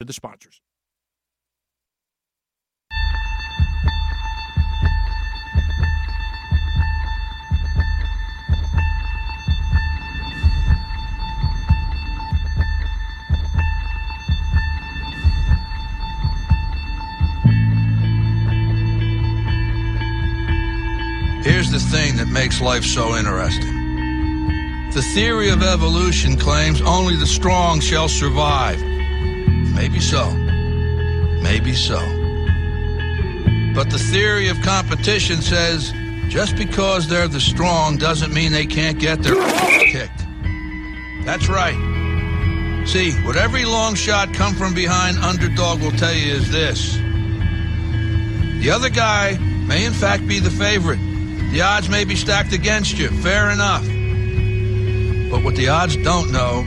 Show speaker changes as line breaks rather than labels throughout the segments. to the sponsors.
Here's the thing that makes life so interesting. The theory of evolution claims only the strong shall survive. Maybe so. Maybe so. But the theory of competition says just because they're the strong doesn't mean they can't get their kicked. That's right. See, what every long shot come from behind underdog will tell you is this. The other guy may in fact be the favorite. The odds may be stacked against you, fair enough. But what the odds don't know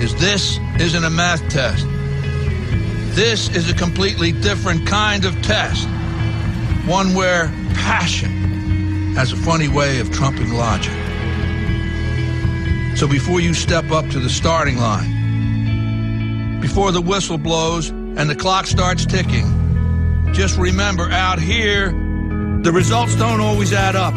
is this isn't a math test. This is a completely different kind of test. One where passion has a funny way of trumping logic. So before you step up to the starting line, before the whistle blows and the clock starts ticking, just remember out here, the results don't always add up.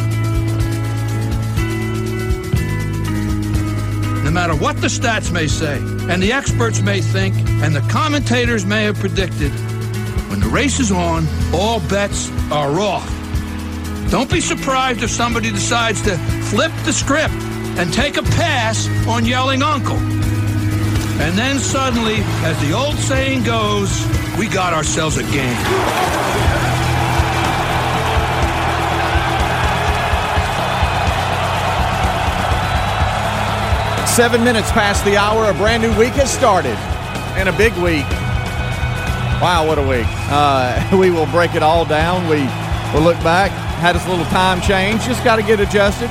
No matter what the stats may say, and the experts may think, and the commentators may have predicted, when the race is on, all bets are off. Don't be surprised if somebody decides to flip the script and take a pass on yelling uncle. And then suddenly, as the old saying goes, we got ourselves a game.
Seven minutes past the hour, a brand new week has started, and a big week. Wow, what a week! Uh, we will break it all down. We will look back. Had us a little time change. Just got to get adjusted.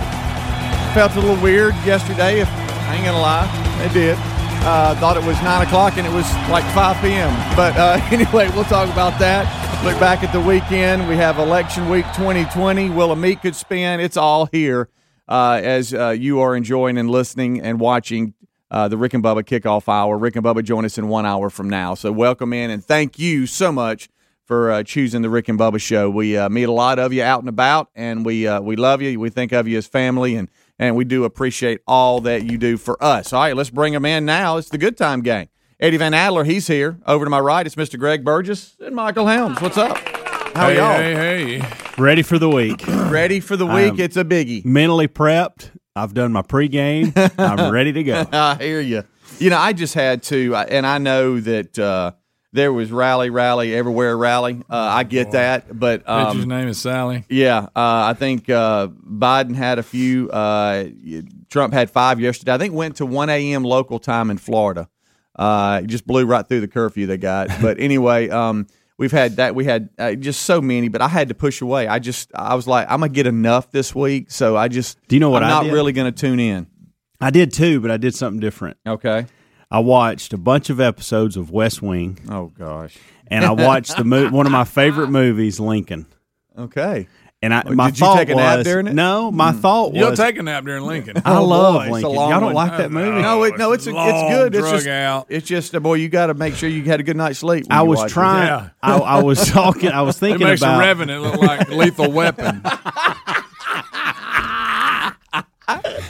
Felt a little weird yesterday. If I ain't gonna lie, it did. Uh, thought it was nine o'clock and it was like 5 p.m. But uh, anyway, we'll talk about that. Look back at the weekend. We have election week 2020. Will a meet could spin. It's all here uh, as uh, you are enjoying and listening and watching uh, the Rick and Bubba kickoff hour. Rick and Bubba join us in one hour from now. So welcome in and thank you so much for uh, choosing the Rick and Bubba show. We uh, meet a lot of you out and about, and we uh, we love you. We think of you as family, and and we do appreciate all that you do for us. All right, let's bring them in now. It's the Good Time Gang. Eddie Van Adler, he's here. Over to my right, it's Mr. Greg Burgess and Michael Helms. What's up? How are
Hey,
y'all?
hey, hey.
Ready for the week.
Ready for the week? it's a biggie.
Mentally prepped. I've done my pregame. I'm ready to go.
I hear you. You know, I just had to, I- and I know that uh, there was rally, rally everywhere, rally. Uh, I get that, but
Bitch's
um,
name is Sally.
yeah, uh, I think uh, Biden had a few. Uh, Trump had five yesterday. I think went to one a.m. local time in Florida. Uh, it just blew right through the curfew they got. But anyway, um, we've had that. We had uh, just so many, but I had to push away. I just, I was like, I'm gonna get enough this week, so I just.
Do you know what
I'm
I
not
did?
really gonna tune in.
I did too, but I did something different.
Okay.
I watched a bunch of episodes of West Wing,
Oh gosh.
and I watched the mo- one of my favorite movies, Lincoln.
Okay.
And I, my
did you
thought
take a
was
nap during it? Mm.
no. My thought
You'll
was
take a nap during Lincoln.
I
Oh,
love
boy, it's a
Lincoln.
long
Y'all don't
one. Oh,
like that movie?
No, it, no, it's a, it's
Long
good. It's
drug
just
out.
it's just uh, boy, you got to make sure you had a good night's sleep. when
I
you
was
watch it.
trying.
Yeah.
I, I was talking. I was
It
thinking
makes
about
a revenant look like lethal weapon.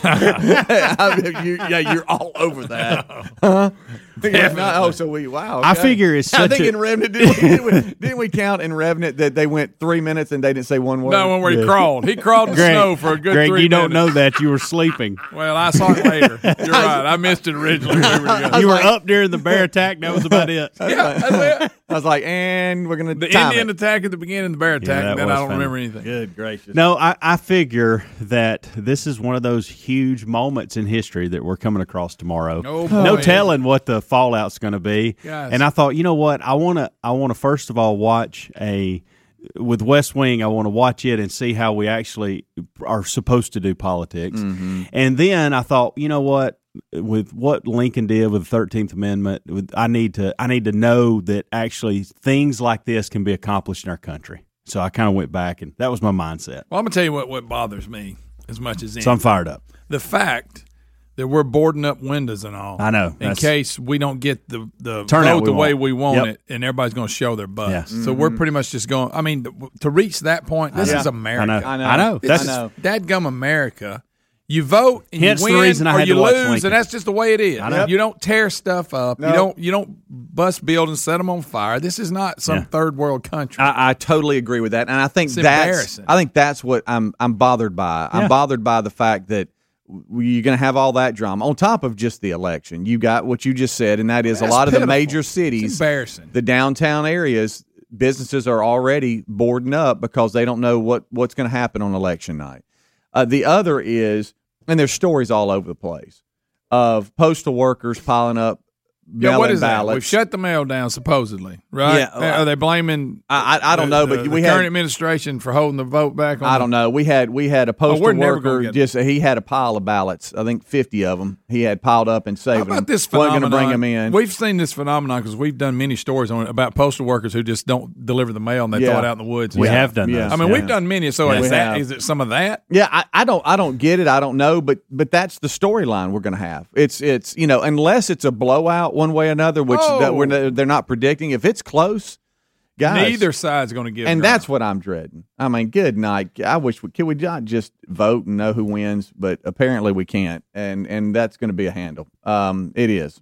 I mean, you- yeah, you're all over that. Huh? Yeah, no, oh, so we wow.
I
okay.
figure it's
I
such
think
a-
in Revenant didn't we, didn't, we, didn't we count in Revenant that they went three minutes and they didn't say one word?
no one where he crawled. He crawled in
Greg,
snow for a good
Greg,
three
you don't know
minutes.
that you were sleeping.
Well, I saw it later. You're right. I missed it originally. We were together.
You were
like-
up during the bear attack. That was about it.
yeah, that's it.
I was like, and we're gonna
The
time
Indian
it.
attack at the beginning, the bear attack,
that
and then
was
I don't
funny.
remember anything.
Good gracious.
No, I, I figure that this is one of those huge moments in history that we're coming across tomorrow.
No
no
Oh, boy.
telling what the fallout's going to be.
Yes.
And I thought, you know what? I want to. I want to first of all watch a with West Wing. I want to watch it and see how we actually are supposed to do politics.
Mm-hmm.
And then I thought, you know what? With what Lincoln did with the Thirteenth Amendment, with, I need to. I need to know that actually things like this can be accomplished in our country. So I kind of went back, and that was my mindset.
Well, I'm gonna tell you what what bothers me as much as
So I'm
anything.
fired up.
the fact that we're boarding up windows and all.
I know.
In
That's-
case we don't get the the
Turnout
vote
we
the way
want.
we want
Yep.
it, and everybody's going to show their butt.
Yes.
So we're pretty much just going. I mean, th- to reach that point, this
know.
is
Yeah.
I know.
America.
I know. I know.
It's-
That's
I know.
Dadgum America. You vote and
Hence
you
the
win
reason I
or
had
you
to watch
lose,
Lincoln.
and that's just the way it is.
know.
You don't tear stuff up.
No.
You don't you don't bust buildings, set them on fire. This is not some
Yeah.
third world country.
I, I totally agree with that, and I think
It's
that's
embarrassing.
I think that's what I'm I'm bothered by. I'm
Yeah.
bothered by the fact that w- you're going to have all that drama on top of just the election. You got what you just said, and that is
That's
a lot of the
pitiful.
major
it's
cities,
embarrassing.
the downtown areas, businesses are already boarding up because they don't know what what's going to happen on election night. Uh, the other is, and there's stories all over the place of postal workers piling up
yeah,
mail-in
what is
ballots.
that? We've shut the mail down supposedly, right?
Yeah, well,
Are they blaming?
I, I, I don't
the-
know,
the-
but
the
we
current
had
administration for holding the vote back. on
I don't know. We had we had a postal
Oh, we're never gonna
worker
get-
just he had a pile of ballots. I think fifty of them he had piled up and saved
How about
them.
this
wasn't going
phenomenon?
to bring them in.
We've seen this phenomenon because we've done many stories on it about postal workers who just don't deliver the mail and they
Yeah.
throw it out in the woods.
we
Yeah.
have done
Yeah.
this.
I mean,
yeah.
we've done many. So
we
is that
have.
is it some of that?
yeah, I, I don't I don't get it. I don't know, but but that's the storyline we're going to have. It's it's you know unless it's a blowout one way or another, which that we're,
Oh.
they're not predicting. If it's close, guys,
Neither side's going to give.
and
ground.
that's what I'm dreading. I mean, good night. I wish we could we not just vote and know who wins, but apparently we can't, and and that's going to be a handle. Um, it is.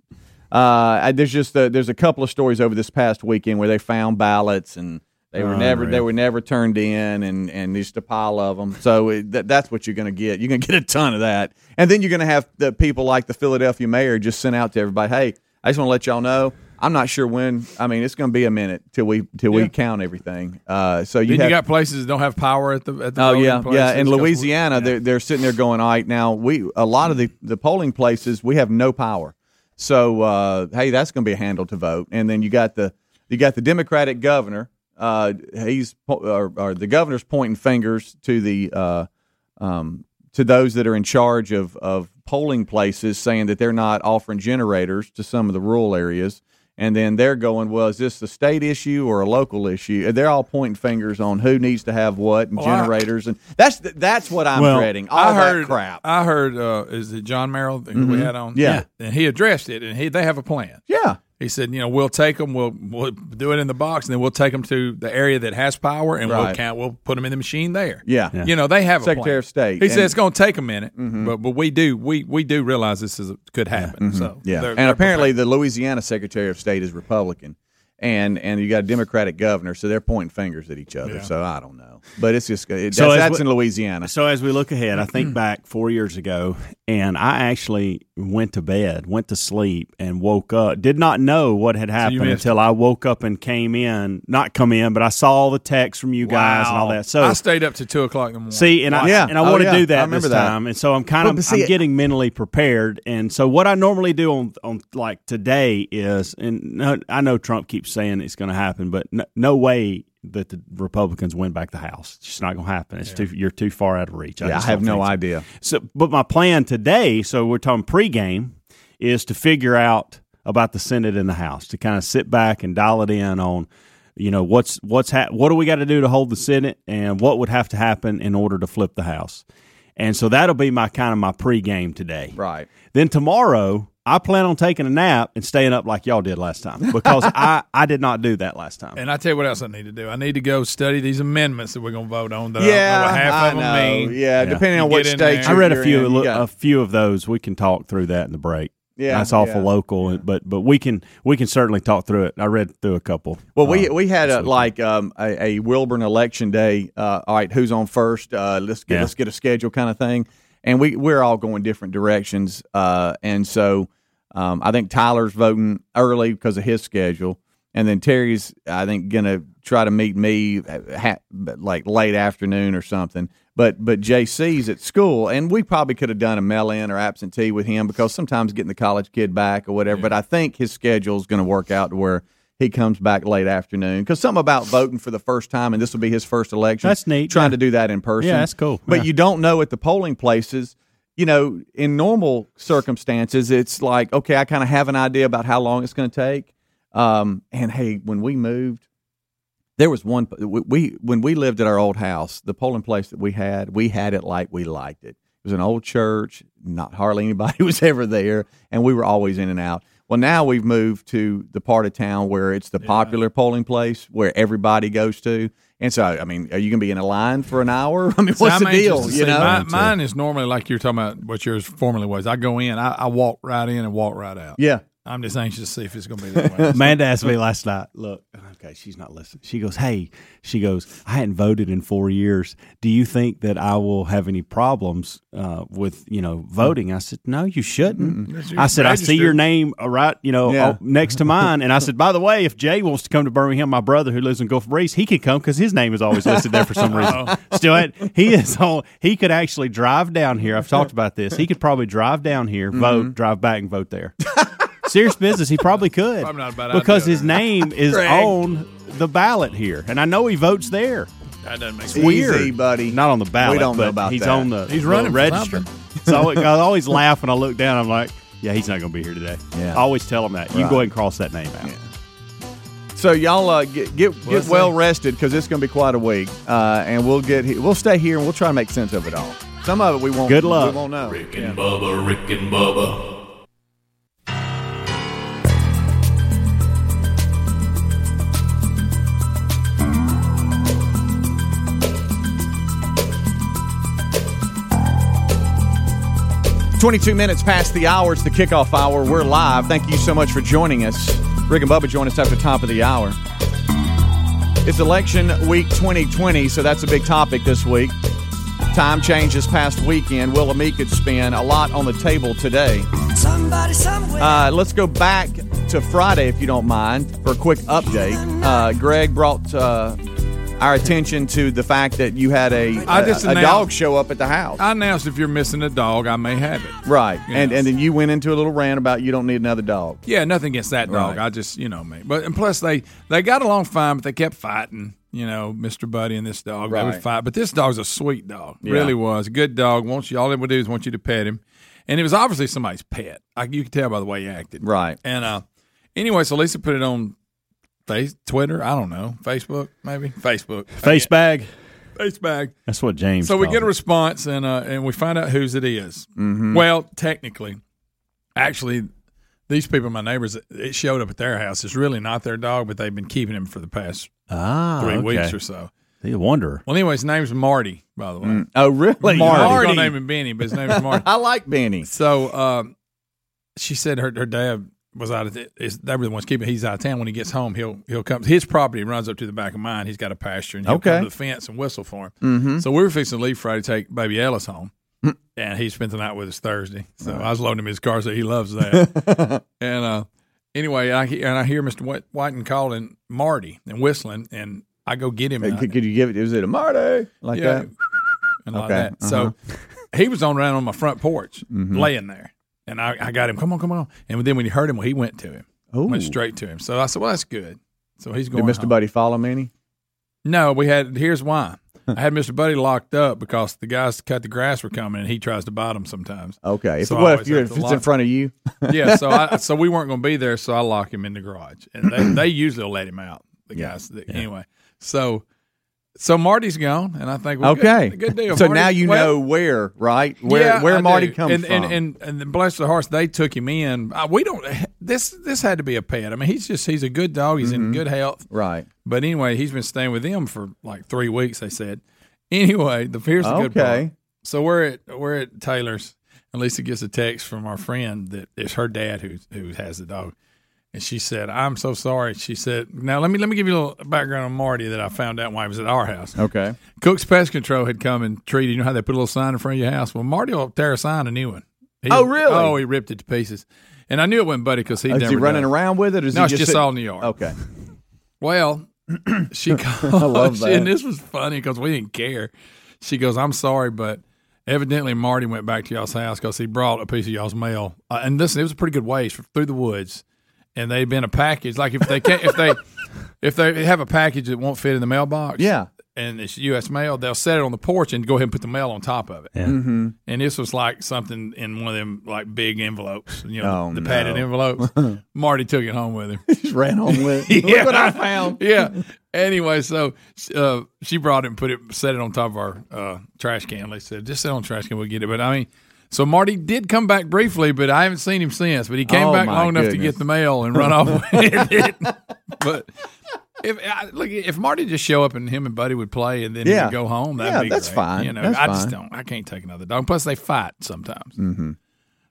Uh, I- there's just a, there's a couple of stories over this past weekend where they found ballots and they were never they were never turned in, and and just a pile of them. So it, that, that's what you're going to get. You're going to get a ton of that, and then you're going to have the people like the Philadelphia mayor just sent out to everybody, hey. I just want to let y'all know I'm not sure when. I mean, it's going to be a minute till we till we count everything. Uh, so you
Then you,
have.
got places that don't have power at the at the
Oh
voting
yeah, yeah.
places
In
'cause we-
Louisiana, they're they're sitting there going, "All right, now we a lot of the the polling places we have no power, so uh, hey, that's going to be a handle to vote." And then you got the you got the Democratic governor. Uh, he's po- or, or the governor's pointing fingers to the uh, um, to those that are in charge of of polling places, saying that they're not offering generators to some of the rural areas. And then they're going, well, is this a state issue or a local issue? They're all pointing fingers on who needs to have what and
I-
generators, and that's th- that's what I'm
Well,
dreading. All
I heard
that crap. Mm-hmm.
I heard uh, is it John Merrill who we had on?
Yeah.
and he addressed it, and he they have a plan.
yeah,
He said, you know, we'll take them, we'll, we'll do it in the box, and then we'll take them to the area that has power, and we'll
Right.
count, we'll put them in the machine there.
Yeah. Yeah.
you know, they have a
Secretary
plan.
of State,
He
and- Mm-hmm.
said it's going to take a minute, but but we do we we do realize this is could happen. So
yeah. Mm-hmm.
they're-
and
they're
apparently, the Louisiana Secretary of State is Republican, and and you got a Democratic governor, so they're pointing fingers at each other. So I don't know, but it's just it,
So
that's,
as
that's
we-
in Louisiana.
So as we look ahead, I think back four years ago, and I actually went to bed, went to sleep, and woke up. Did not know what had happened
missed
until I woke up and came in. Not come in, but I saw all the texts from you guys and all that. So
I stayed up to two o'clock in the morning.
See, and I
Yeah.
and I
Oh,
want to
yeah.
do
I
that
remember
this
that.
time, and so I'm kind of
But- but see,
I'm getting mentally prepared. And so what I normally do on on like today is, and no, I know Trump keeps saying it's going to happen, but no, no way that the Republicans win back the House. It's just not going to happen. It's too you're too far out of reach.
yeah, I
just
have
don't
no
think so.
idea.
So, but my plan today, so we're talking pregame, is to figure out about the Senate and the House to kind of sit back and dial it in on, you know, what's what's ha- what do we got to do to hold the Senate and what would have to happen in order to flip the House, and so that'll be my kind of my pregame today.
Right.
Then tomorrow, I plan on taking a nap and staying up like y'all did last time because I I did not do that last time.
And I tell you what else I need to do. I need to go study these amendments that we're going to vote on. That
yeah,
I don't know what half
I
of them
know.
mean.
Yeah, depending
You
on what
get in
state.
there.
I read a
you're
few
in, you got-
a few of those. We can talk through that in the break.
Yeah,
that's awful
yeah.
local, but but we can we can certainly talk through it. I read through a couple.
Well, we
Um,
we had a, like um, a, a Wilburn election day. Uh, all right, who's on first? Uh, let's get
Yeah.
let's get a schedule kind of thing. And we we're all going different directions. Uh, and so um, I think Tyler's voting early because of his schedule, and then Terry's I think gonna try to meet me uh, ha- but like late afternoon or something. But but JC's at school, and we probably could have done a mail in or absentee with him because sometimes getting the college kid back or whatever. But I think his schedule's going to work out to where he comes back late afternoon because something about voting for the first time and this will be his first election.
That's neat,
Trying
yeah.
to do that in person.
Yeah, that's cool,
But
yeah.
you don't know at the polling places. You know, in normal circumstances, it's like okay, I kind of have an idea about how long it's going to take. Um, and hey, when we moved, there was one we- we when we lived at our old house, the polling place that we had, we had it like we liked it. was an old church. Not hardly anybody was ever there, and we were always in and out. Well, now we've moved to the part of town where it's the popular polling place where everybody goes to. And so, I mean, are you going to be in a line for an hour? I mean,
See,
what's
I'm
the
anxious
deal?
to
You
see.
know,
Mine, mine is normally like you're talking about what yours formerly was. I go in, I, I walk right in and walk right out.
yeah.
I'm just anxious to see if it's going to be that way.
Amanda asked me last night, look, okay, she's not listening. She goes, hey, she goes, I hadn't voted in four years. Do you think that I will have any problems uh, with, you know, voting? I said, no, you shouldn't. I said, I see your name uh, right, you know,
Yeah.
uh, next to mine. And I said, by the way, if Jay wants to come to Birmingham, my brother who lives in Gulf Breeze, he could come because his name is always listed there for some reason. Still, at, he is on, he could actually drive down here. I've talked about this. He could probably drive down here, vote, drive back and vote there. Serious business. He probably could.
Probably not a bad
because
idea.
his name is
Greg.
on the ballot here, and I know he votes there.
That doesn't make sense.
It's weird,
Easy, buddy.
Not on the ballot.
We don't know
but
about
he's
that.
on the.
He's
the
running for
register. So I always- I always laugh when I look down. I'm like, yeah, he's not going to be here today.
Yeah.
I always tell him that. You
Right.
go ahead and cross that name out.
So y'all uh, get get,
let's
get well
see.
rested because it's going to be quite a week, uh, and we'll get he- we'll stay here and we'll try to make sense of it all. Some of it we won't.
Good luck.
We won't know.
Rick and Bubba, Rick and Bubba.
Twenty-two minutes past the hour. It's the kickoff hour. We're live. Thank you so much for joining us. Rick and Bubba join us after top of the hour. It's election week 2020, so that's a big topic this week. Time change this past weekend. Will Amika's spin a lot on the table today.
Somebody somewhere.
Uh, let's go back to Friday, if you don't mind, for a quick update. Uh, Greg brought uh, our attention to the fact that you had a
I just
a- a
announced-
dog show up at the house,
I announced if you're missing a dog, I may have it.
right?
Yes.
And and then you went into a little rant about you don't need another dog.
Yeah, nothing against that dog.
Right.
I just, you know, me. But and plus, they they got along fine, but they kept fighting. You know, Mister Buddy and this dog, they
Right.
would fight. But this dog's a sweet dog, really was a good dog. Wants you all it would do is want you to pet him, and it was obviously somebody's pet. I, you could tell by the way he acted.
Right.
And uh, anyway, so Lisa put it on face Twitter. I don't know, Facebook maybe Facebook
Face bag.
face bag.
That's what James.
So we
called
get
it.
a response and uh, and we find out whose it is.
Mm-hmm.
Well, technically, actually, these people, my neighbors, it showed up at their house. It's really not their dog, but they've been keeping him for the past
ah,
three
okay.
weeks or so.
He's a wanderer.
Well, anyway, his name's Marty, by the way.
Mm.
Oh, really?
Marty. Don't name him Benny, but his name is Marty.
I like Benny. Uh,
So um, she said her her dad was out of the, is, they were the ones keeping. He's out of town. When he gets home, he'll he'll come. His property runs up to the back of mine. He's got a pasture, and he'll
Okay. Mm-hmm.
come to the fence and whistle for him. So we were fixing to leave Friday, to take baby Ellis home, and he spent the night with us Thursday. So I was loading him his car, so he loves that. and uh, anyway, I he- and I hear Mister Whiten calling Marty and whistling, and I go get him. and I-
Could, could you give it? Is it a Marty like that?
and like
Okay, Uh-huh.
that. So he was on around on my front porch,
Mm-hmm.
laying there, and I, I got him. Come on, come on! And then when he heard him, well, he went to him,
Oh,
went straight to him. So I said, "Well, that's good." So he's
did
going.
Mister
home.
Buddy follow Manny?
No, we had. Here's why. I had Mister Buddy locked up because the guys to cut the grass were coming, and he tries to bite them sometimes.
Okay. If,
So I
well, if,
always
you're,
have
if
to
it's
lock
in front of you,
yeah, so I so we weren't going to be there, so I lock him in the garage, and they, they usually will let him out. The guys, the- anyway. So, so Marty's gone, and I think well,
okay.
good, good deal.
So
Marty.
now you
Well,
know where, right? Where where
I
Marty
do.
comes
and,
from?
And and and then bless the hearts, they took him in. Uh, we don't. This this had to be a pet. I mean, he's just he's a good dog. He's
Mm-hmm.
in good health.
right.
But anyway, he's been staying with them for like three weeks. They said. Anyway, the here's the good part.
Okay.
So we're at we're at Taylor's, and Lisa gets a text from our friend that it's her dad who who has the dog, and she said, "I'm so sorry." She said, "Now let me let me give you a little background on Marty that I found out when I was at our house."
Okay.
Cook's Pest Control had come and treated. You know how they put a little sign in front of your house. Well, Marty will tear a sign a new one. He-
Oh, really?
Oh, he ripped it to pieces. And I knew it wasn't Buddy because he
Is
never
he running
does.
around with it? Or is
No,
he
it's
just,
just
sitting-
all New York.
Okay.
Well, she called.
love
she-
that.
And this was funny because we didn't care. She goes, "I'm sorry, but evidently Marty went back to y'all's house because he brought a piece of y'all's mail. Uh, and listen, it was a pretty good ways through the woods, and they'd been a package. Like if they can't, if they if they have a package that won't fit in the mailbox,
Yeah.
and it's U.S. mail, they'll set it on the porch and go ahead and put the mail on top of it.
Yeah.
And this was like something in one of them like big envelopes, you know,
Oh,
the padded
no.
envelopes. Marty took it home with him.
Just ran home with. it. Look what I found.
yeah. Anyway, so uh, she brought it and put it, set it on top of our uh, trash can. They said, just sit on the trash can, we'll get it. But I mean, so Marty did come back briefly, but I haven't seen him since. But he came
Oh,
back
my
long enough to
goodness.
get the mail and run off with it. But if I, look, if Marty just show up and him and Buddy would play and then he
Yeah.
would go home, that'd
Yeah,
be
that's
great.
fine.
You know,
That's
I just
fine.
don't. I can't take another dog. Plus, they fight sometimes. Mm-hmm.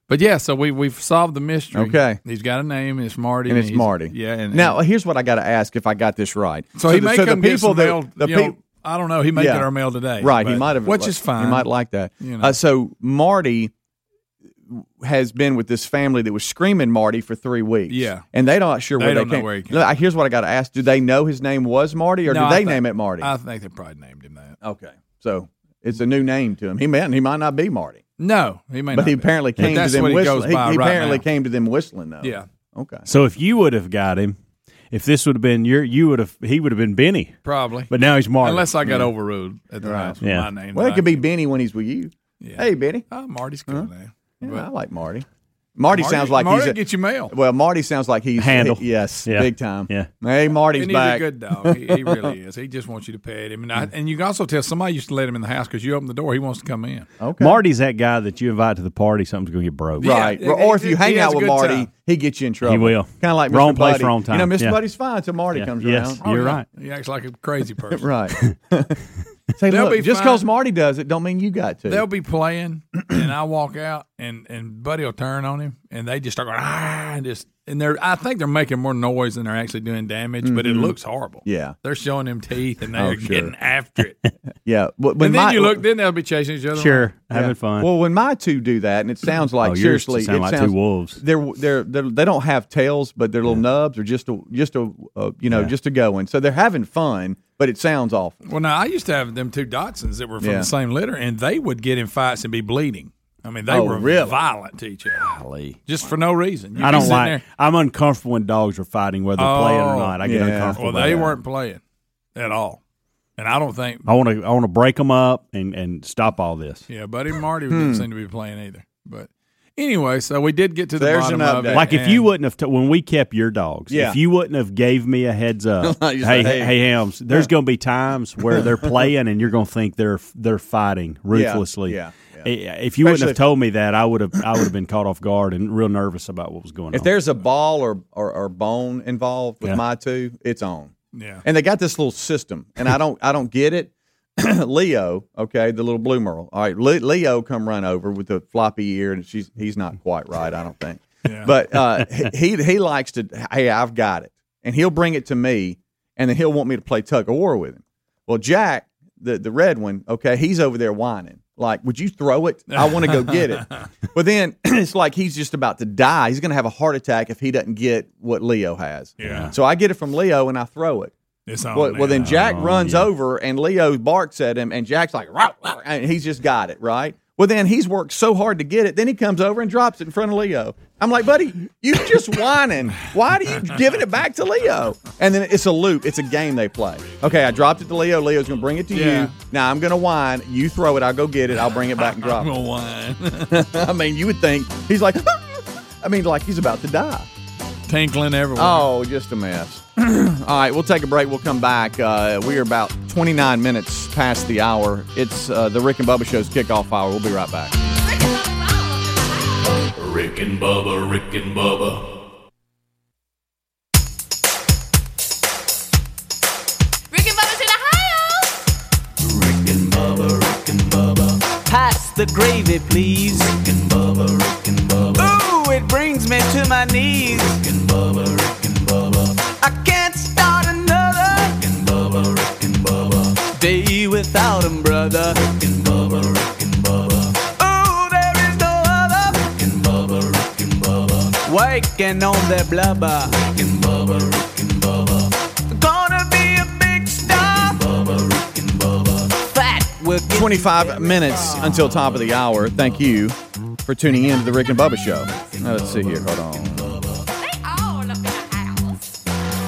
But yeah, so we we've solved the mystery.
Okay.
he's got a name, and it's Marty,
And it's
he's-
Marty.
Yeah, and
now here's what I got to ask if I got this right.
so he
the-
may
so
come
the
get
people
some
that
mail,
the
you know,
people.
I don't know. He may
Yeah.
get our mail today.
Right, he
but-
might have,
which
like-
is fine.
He might like that.
You know.
uh, so Marty has been with this family that was screaming Marty for three weeks.
Yeah.
and they're not sure
They
where
don't
they
know
came.
where he came
Look, I- here's what I got to ask: Do they know his name was Marty, or
No,
did
I
they
think-
name it Marty?
I think they probably named him that.
okay, so it's a new name to him. He may he might not be Marty,
No, he may.
but
not
he
be.
apparently
But
came to
that's
them
what he goes
whistling. He,
by
he
right
apparently
now.
came to them whistling though.
Yeah,
Okay.
So if you would have got him, if this would have been your, you would have he would have been Benny,
probably.
but now he's Marty.
Unless I got overruled at the house with
Yeah.
my name.
Well,
that
it
I
could be
gave-
Benny when he's with you.
Yeah.
Hey, Benny.
Oh, Marty's cool name.
Yeah,
But-
I like Marty. Marty,
Marty-
sounds like
Marty
he's a,
get you mail.
well. Marty sounds like he's
Handle.
he- yes,
Yeah.
big time.
Yeah.
Hey, Marty's
and he's
back.
a good dog. He, he really is. He just wants you to pet him, and I, and you can also tell somebody used to let him in the house because you open the door, he wants to come in.
okay.
Marty's that guy that you invite to the party, something's gonna get broke.
Yeah,
Right.
it-
or if
it-
you hang
he has
out
a
with
good
Marty,
time.
he gets you in trouble.
will.
Kind of like
Wrong
Mr.
place,
Buddy.
wrong
You
time.
know, Mr.
Yeah.
Buddy's fine till Marty
Yeah.
comes
Yes,
around.
you're
yeah.
right.
He acts like a crazy person.
Oh, Right. Say,
They'll
look,
be
just
fine.
because Marty does it, don't mean you got to.
They'll be playing, and I walk out, and and Buddy will turn on him, and they just start going ah, and just and they're I think they're making more noise than they're actually doing damage, but it looks horrible.
Mm-hmm. yeah.
They're showing them teeth, and they're
Oh, sure.
getting after it. and
Yeah. But When
then
my-
you look, then they'll be chasing each other.
Sure, having fun.
Well, when my two do that, and it sounds
Oh,
like
yours
seriously,
sound
it
like two
sounds,
wolves.
They're, they're they're they don't have tails, but their little nubs are just a just a uh, you know just a going. So they're having fun, but it sounds awful.
Well, now I used to have them two Dotsons that were from
Yeah.
the same litter, and they would get in fights and be bleeding. I mean, they
Oh,
were
really?
violent to each other, just for no reason. You'd
I
be
don't
sitting
like.
there-
I'm uncomfortable when dogs are fighting, whether they're playing
Oh,
or not. I get
yeah.
uncomfortable.
Well,
by
they
that.
weren't playing at all, and I don't think
I want to. I want to break them up and and stop all this.
Yeah, Buddy Marty didn't seem to be playing either. But anyway, so we did get to the
There's
bottom
an
of it.
update.
Like if you
and-
wouldn't have t- when we kept your dogs,
Yeah.
if you wouldn't have gave me a heads up, hey,
You're like,
hey,
hey.
Hams, there's going to be times where they're playing and you're going to think they're they're fighting ruthlessly.
yeah, yeah.
I- If you wouldn't
Especially
have
if-
told me that, I would have I would have been caught off guard and real nervous about what was going
If
on.
there's a ball or or, or bone involved with
Yeah.
my two, it's on.
Yeah.
And they got this little system, and I don't I don't get it. Leo, okay, the little blue merle. All right, Le- Leo come run over with the floppy ear, and she's he's not quite right, I don't think.
Yeah.
But uh, he he likes to. Hey, I've got it, and he'll bring it to me, and then he'll want me to play tug of war with him. Well, Jack, the the red one, okay, he's over there whining like, "Would you throw it? I want to go get it." but then it's like he's just about to die. He's going to have a heart attack if he doesn't get what Leo has.
Yeah.
So I get it from Leo and I throw it.
It's on
Well, well, then
now.
Jack
Oh,
runs
yeah.
over and Leo barks at him, and Jack's like, "Row, row," and he's just got it right. Well, then he's worked so hard to get it. Then he comes over and drops it in front of Leo. I'm like, buddy, you just whining. Why do you giving it back to Leo? And then it's a loop. It's a game they play. Okay, I dropped it to Leo. Leo's gonna bring it to
Yeah.
you. Now I'm gonna whine. You throw it. I'll go get it. I'll bring it back and drop
I'm
it.
gonna whine.
I mean, you would think he's like, I mean, like he's about to die.
Tinkling everywhere.
Oh, just a mess. All right, we'll take a break. We'll come back. Uh, we are about 29 minutes past the hour. It's uh, the Rick and Bubba Show's kickoff hour. We'll be right back.
Rick and Bubba, Rick and Bubba.
Rick and Bubba's in Ohio.
Pass the gravy, please. Rick and Bubba, Rick and Bubba. Ooh, it brings me to my knees. Rick and Bubba, Rick and Bubba. I can't start another. Rick and Bubba, Rick and Bubba. Day without him, brother. Rick and Bubba, Rick and Bubba. Ooh, there is no other. Rick and Bubba, Rick and Bubba. Working on their blubber. Rick and Bubba, Rick and Bubba. Gonna be a big star. Rick and Bubba, Rick and Bubba. Fat will get
25 minutes until top of the hour. Thank you for tuning in to the Rick and Bubba Show. Now, let's see here. Hold on.
They all up in the house.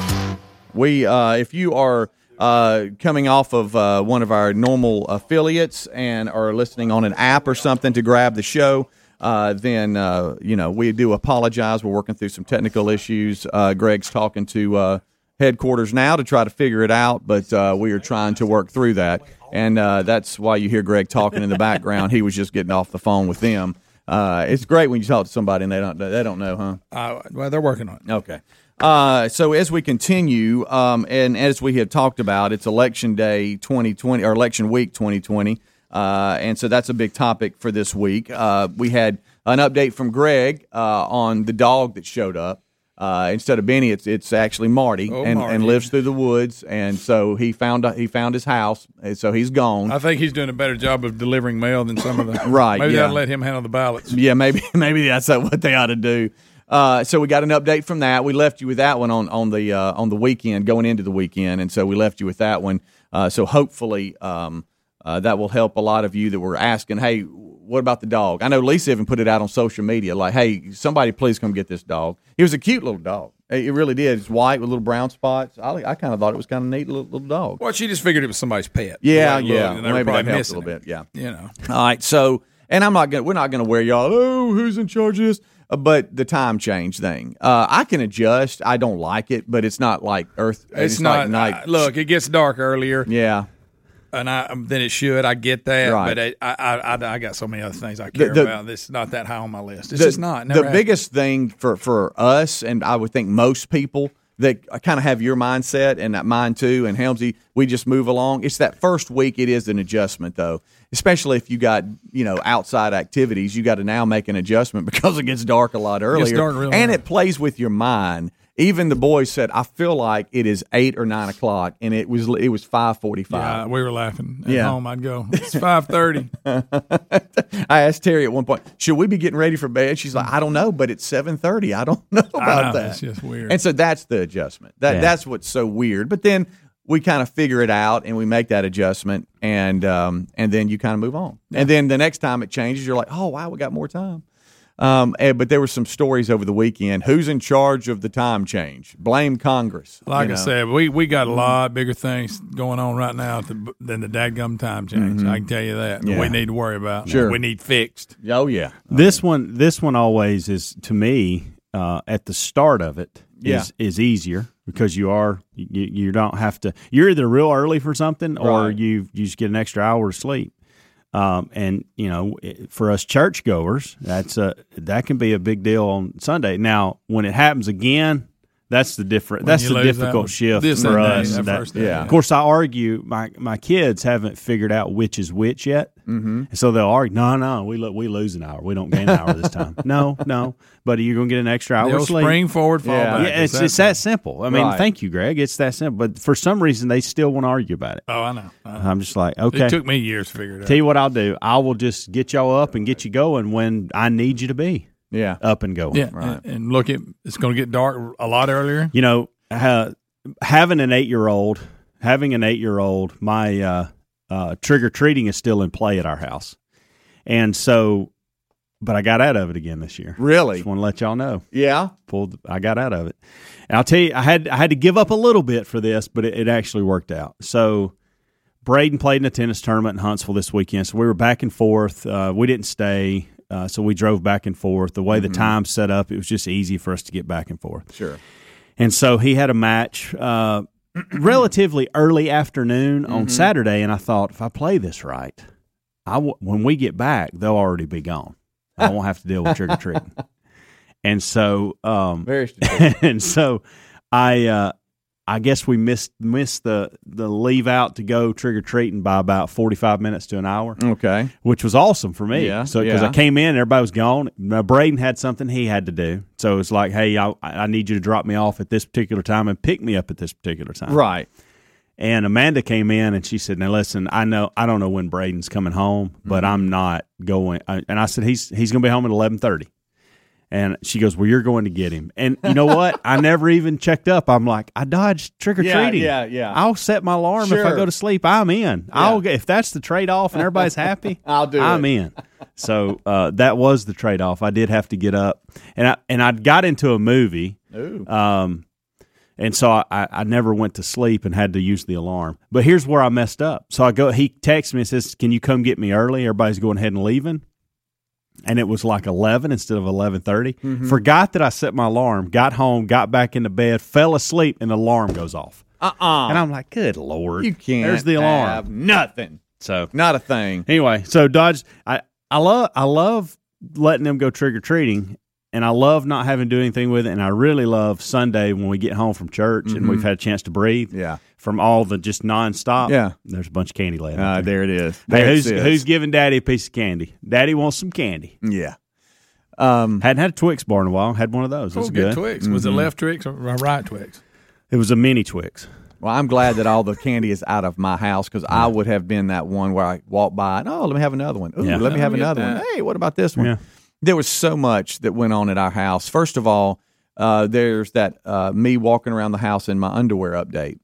We, uh, if you are uh, coming off of uh, one of our normal affiliates and are listening on an app or something to grab the show, uh, then uh, you know we do apologize. We're working through some technical issues. Uh, Greg's talking to uh, headquarters now to try to figure it out, but uh, we are trying to work through that, and uh, that's why you hear Greg talking in the background. He was just getting off the phone with them. Uh, it's great when you talk to somebody and they don't they don't know, huh?
Uh, well, they're working on it.
Okay. Uh, so as we continue, um, and as we have talked about, it's election day 2020 or election week 2020. Uh, and so that's a big topic for this week. Uh, we had an update from Greg uh, on the dog that showed up. Uh, instead of Benny, it's it's actually Marty,
Oh,
and, and
Marty.
lives through the woods. And so he found he found his house, and so he's gone.
I think he's doing a better job of delivering mail than some of the
Right,
Maybe
yeah.
that'll let him handle the ballots.
Yeah, maybe maybe that's uh, what they ought to do. Uh, so we got an update from that. We left you with that one on on the uh, on the weekend going into the weekend, and so we left you with that one. Uh, so hopefully um, uh, that will help a lot of you that were asking, hey, what about the dog? I know Lisa even put it out on social media, like, hey, somebody please come get this dog. He was a cute little dog. It it really did. It's white with little brown spots. I, I kind of thought it was kind of neat little, little dog.
Well, she just figured it was somebody's pet.
Yeah,
The way it
yeah.
looked, and they were
Maybe that
probably
helps a
missing
little
it.
bit. Yeah.
You know,
All right, so and I'm not gonna we're not gonna wear y'all. Oh, who's in charge of this? Uh, But the time change thing, uh, I can adjust. I don't like it, but it's not like Earth.
it's, not.
like
uh, look, it gets dark earlier,
yeah.
and I um, than it should. I get that,
Right.
but it, I, I, I, I got so many other things I care
the-
about. It's not that high on my list. It's just not.
the
Never has.
biggest thing for for us, and I would think most people that kind of have your mindset and that mine too, and Helmsy, we just move along. It's that first week. It is an adjustment though, especially if you got you know outside activities. You got to now make an adjustment because it gets dark a lot earlier,
dark real
and
early.
it plays with your mind. Even the boys said, "I feel like it is eight or nine o'clock, and it was it was five forty-five.
Uh, we were laughing at
Yeah.
home. I'd go. It's five thirty.
I asked Terry at one point, "Should we be getting ready for bed?" She's like, "I don't know, but it's seven thirty. I don't know about
know,
that."
it's just weird.
And so that's the adjustment. That that's what's so weird. But then we kind of figure it out and we make that adjustment, and um, and then you kind of move on. And then the next time it changes, you're like, "Oh wow, we got more time." Um, and- but there were some stories over the weekend. Who's in charge of the time change? Blame Congress. you
Like
know. Mm-hmm.
I said, we, we got a lot bigger things going on right now at the, than the dadgum time change. I can tell you that.
Mm-hmm. Yeah.
We need to worry about.
Sure.
We need fixed.
Oh yeah,
This one, this one always is to me uh, at the start of it is
Yeah.
is easier because you are you, you don't have to. You're either real early for something or
Right.
you you just get an extra hour of sleep. Um, and you know, it- for us churchgoers, that's a that can be a big deal on Sunday. Now, when it happens again, that's the different. that's
you
the
lose that
difficult
one.
shift
This
for
and that,
us.
that
That-
first day.
yeah.
of course, I argue my my kids haven't figured out which is which yet, mm-hmm. so they'll argue, "No, no, we lo- we lose an hour. We don't gain an hour this time. No, no, but you're going to get an extra hour
The
of
old
sleep."
spring forward, fall
Yeah.
back.
yeah, it's,
Is
it's that simple. I mean,
Right.
thank you, Greg. It's that simple. But for some reason, they still want to argue about it.
that- oh, I know. I know.
I'm just like,
It
okay.
took me years to figure it out.
Tell you what I'll do. I will just get y'all up and get you going when I need you to be
yeah.
up and going.
yeah. And, and look, it, it's going to get dark a lot earlier.
you know ha- having an eight year old having an eight year old my uh, uh, trigger treating is still in play at our house and so but i got out of it again this year
Really?
just want to let y'all know
Yeah.
pulled i got out of it and i'll tell you i had i had to give up a little bit for this but it, it actually worked out so braden played in a tennis tournament in huntsville this weekend so we were back and forth uh, we didn't stay uh, so we drove back and forth the way the time set up it was just easy for us to get back and forth
Sure.
and so he had a match uh, relatively early afternoon on Saturday. And I thought, if I play this right, I w- when we get back, they'll already be gone. I won't have to deal with trick or treating. And so, um,
Very.
and so, I uh, I guess we missed missed the the leave out to go trick or treating by about forty five minutes to an hour
okay.
which was awesome for me.
Yeah,
so because
yeah.
I came in, everybody was gone. Now, Braden had something he had to do, so it's like, hey, I, I need you to drop me off at this particular time and pick me up at this particular time.
Right.
And Amanda came in and she said, now listen, I know I don't know when Braden's coming home, but
Mm-hmm.
I'm not going. I- And I said, he's he's going to be home at eleven thirty. And she goes, well, you're going to get him. And you know what? I never even checked up. I'm like, I dodged trick or
Yeah,
treating.
yeah, yeah.
I'll set my alarm if I
Sure.
go to sleep. I'm in. I'll get if that's the trade off and everybody's happy.
I'll do
I'm
it.
in. So uh, that was the trade
Uh,
off. I did have to get up, and I and I got into a movie.
Ooh.
Um, And so I, I I never went to sleep and had to use the alarm. But here's where I messed up. So I go, he texts me and says, Can you come get me early? Everybody's going ahead and leaving. And it was like 11 instead of 1130.
Mm-hmm.
Forgot that I set my alarm, got home, got back into bed, fell asleep, and the alarm goes off.
Uh-uh.
And I'm like, good Lord.
you can't.
There's the alarm.
have nothing.
so
Not a thing.
Anyway, so Dodge, I I love I love letting them go trick or treating, and I love not having to do anything with it, and I really love Sunday when we get home from church and we've had a chance to breathe
Mm-hmm. Yeah.
from all the just nonstop.
Yeah.
there's a bunch of candy laying. out
Uh,
there.
there it is.
Hey,
There it
who's
sits. Mm-hmm.
who's giving Daddy a piece of candy? Daddy wants some candy.
Yeah. Um,
Hadn't had a Twix bar in a while. Had one of those.
Oh,
That's
good
good.
Twix. Was
Mm-hmm.
it left Twix or right Twix?
It was a mini Twix.
well, I'm glad that all the candy is out of my house because I would have been that one where I walk by and oh, let me have another one. Ooh,
Yeah.
let me have
Let me get
another one.
that.
Hey, what about this one?
Yeah.
There was so much that went on at our house. First of all, uh, there's that uh, me walking around the house in my underwear update.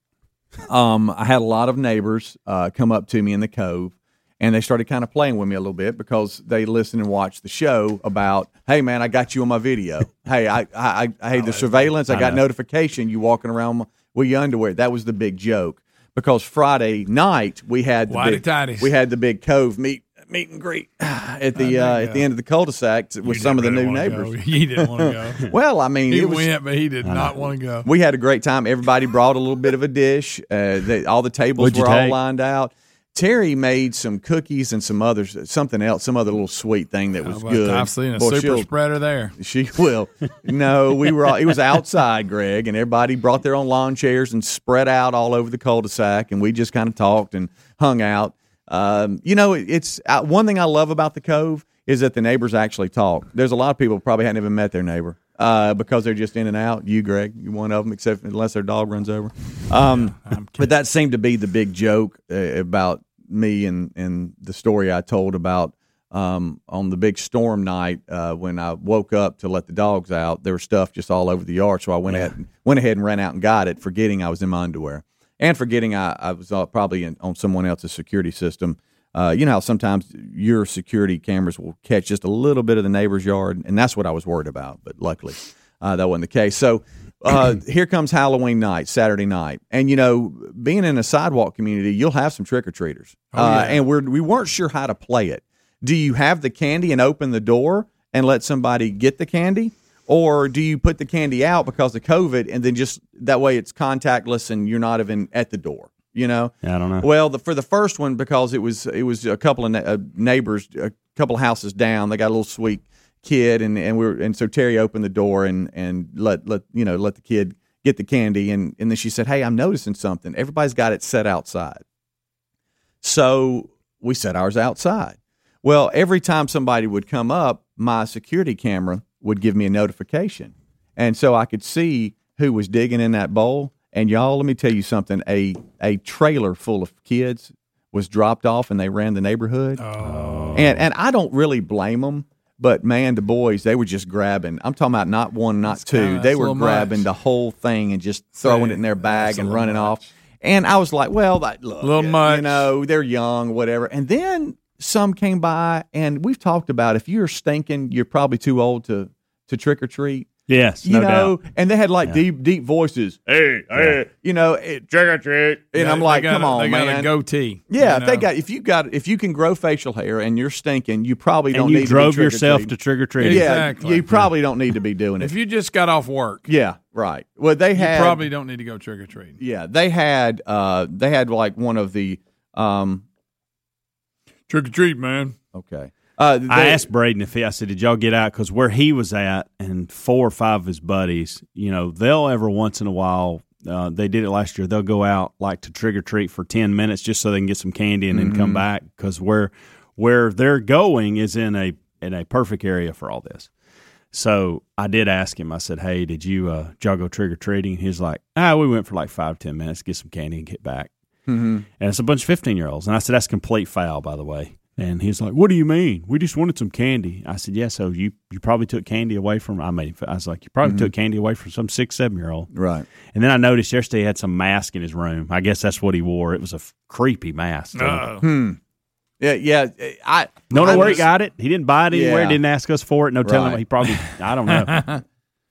um, I had a lot of neighbors uh, come up to me in the cove, and they started kind of playing with me a little bit because they listened and watched the show about, hey man, I got you on my video. Hey, I, I, I, I hey, the surveillance. I got notification you walking around with your underwear. That was the big joke because Friday night we had the
Whitey
big,
tighties.
we had the big cove meet meet and greet at the uh, at the end of the cul-de-sac with
You
some of the
didn't
new
really wanna
neighbors.
go. He didn't want to go.
Well, I mean,
He
it was,
went, but he did not want to go.
we had a great time. Everybody brought a little bit of a dish. Uh, they, all the tables
What'd you
were all
take?
lined out. Terry made some cookies and some others, something else, some other little sweet thing that was
But
good.
I've seen a
Boy,
super
she'll-
spreader there.
she will. No, we were all, it was outside, Greg, and everybody brought their own lawn chairs and spread out all over the cul-de-sac, and we just kind of talked and hung out. Um, you know, it- it's uh, one thing I love about the Cove is that the neighbors actually talk. There's a lot of people who probably hadn't even met their neighbor uh, because they're just in and out. You, Greg, you one of them, except unless their dog runs over. Um, but that seemed to be the big joke uh, about me and and the story I told about um, on the big storm night uh, when I woke up to let the dogs out. There was stuff just all over the yard, so I went ahead went ahead and ran out and got it, forgetting I was in my underwear and forgetting I, I was uh, probably in, on someone else's security system. Uh, you know how sometimes your security cameras will catch just a little bit of the neighbor's yard, and that's what I was worried about. But luckily, uh, that wasn't the case. So uh, here comes Halloween night, Saturday night, and you know, being in a sidewalk community, you'll have some trick or treaters,
Oh,
uh, and we're we weren't sure how to play it. Do you have the candy and open the door and let somebody get the candy? Or do you put the candy out because of COVID and then just that way it's contactless and you're not even at the door, you know?
Yeah, I don't know.
Well, the, for the first one, because it was it was a couple of na- uh, neighbors, a couple of houses down, they got a little sweet kid, and, and we were and so Terry opened the door and and let let you know let the kid get the candy, and and then she said, "Hey, I'm noticing something. Everybody's got it set outside." So we set ours outside. Well, every time somebody would come up, my security camera would give me a notification. And so I could see who was digging in that bowl. And y'all, let me tell you something. A a trailer full of kids was dropped off and they ran the neighborhood.
Oh.
And and I don't really blame them, but man, the boys, they were just grabbing. I'm talking about not one, not two.
kinda-
they
that's a
were
little
grabbing
much.
the whole thing and just throwing it in their bag
that's a
and
little
running
much.
off. And I was like, well, that, look,
Little
you
much.
know, they're young, whatever. And then some came by, and we've talked about if you're stinking, you're probably too old to to trick or treat,
Yes, no
you know.
doubt.
And they had like deep deep voices,
Hey, hey,
you know. It,
trick or treat.
and
They-
I'm
they
like,
got
come
a-
on,
they
man.
got a goatee.
yeah,
you
if they
know?
got if you got if you can grow facial hair and you're stinking, you probably don't
And you
need
drove
to be
yourself to trick or treat.
trick-or-treating. yeah,
Exactly.
you probably don't need to be doing
If
it.
you just got off work,
Yeah, right. Well, they
you
had
probably don't need to go trick or treating.
yeah they had uh they had like one of the um
Trick or treat, man.
Okay. Uh, they,
I asked Braden if he, I said, did y'all get out? Because where he was at and four or five of his buddies, you know, they'll every once in a while, uh, they did it last year, they'll go out like to trick or treat for 10 minutes just so they can get some candy and then come back because where, where they're going is in a, in a perfect area for all this. So I did ask him, I said, hey, did you, uh, did y'all go trick or treating? He's like, ah, we went for like five, 10 minutes, get some candy and get back
Mm-hmm.
and it's a bunch of 15 year olds. And I said, that's complete foul, by the way. And he's like, what do you mean? We just wanted some candy. I said, yeah, so you, you probably took candy away from, I mean, I was like, you
Mm-hmm.
probably took candy away from some six, seven year old.
Right.
And then I noticed yesterday he had some mask in his room. I guess that's what he wore. It was a f- creepy mask.
Uh,
Yeah. Yeah. I
No,
I
no, where he
was-
got it. He didn't buy it anywhere.
Yeah.
Didn't ask us for it. No telling.
Right.
He probably, I don't know.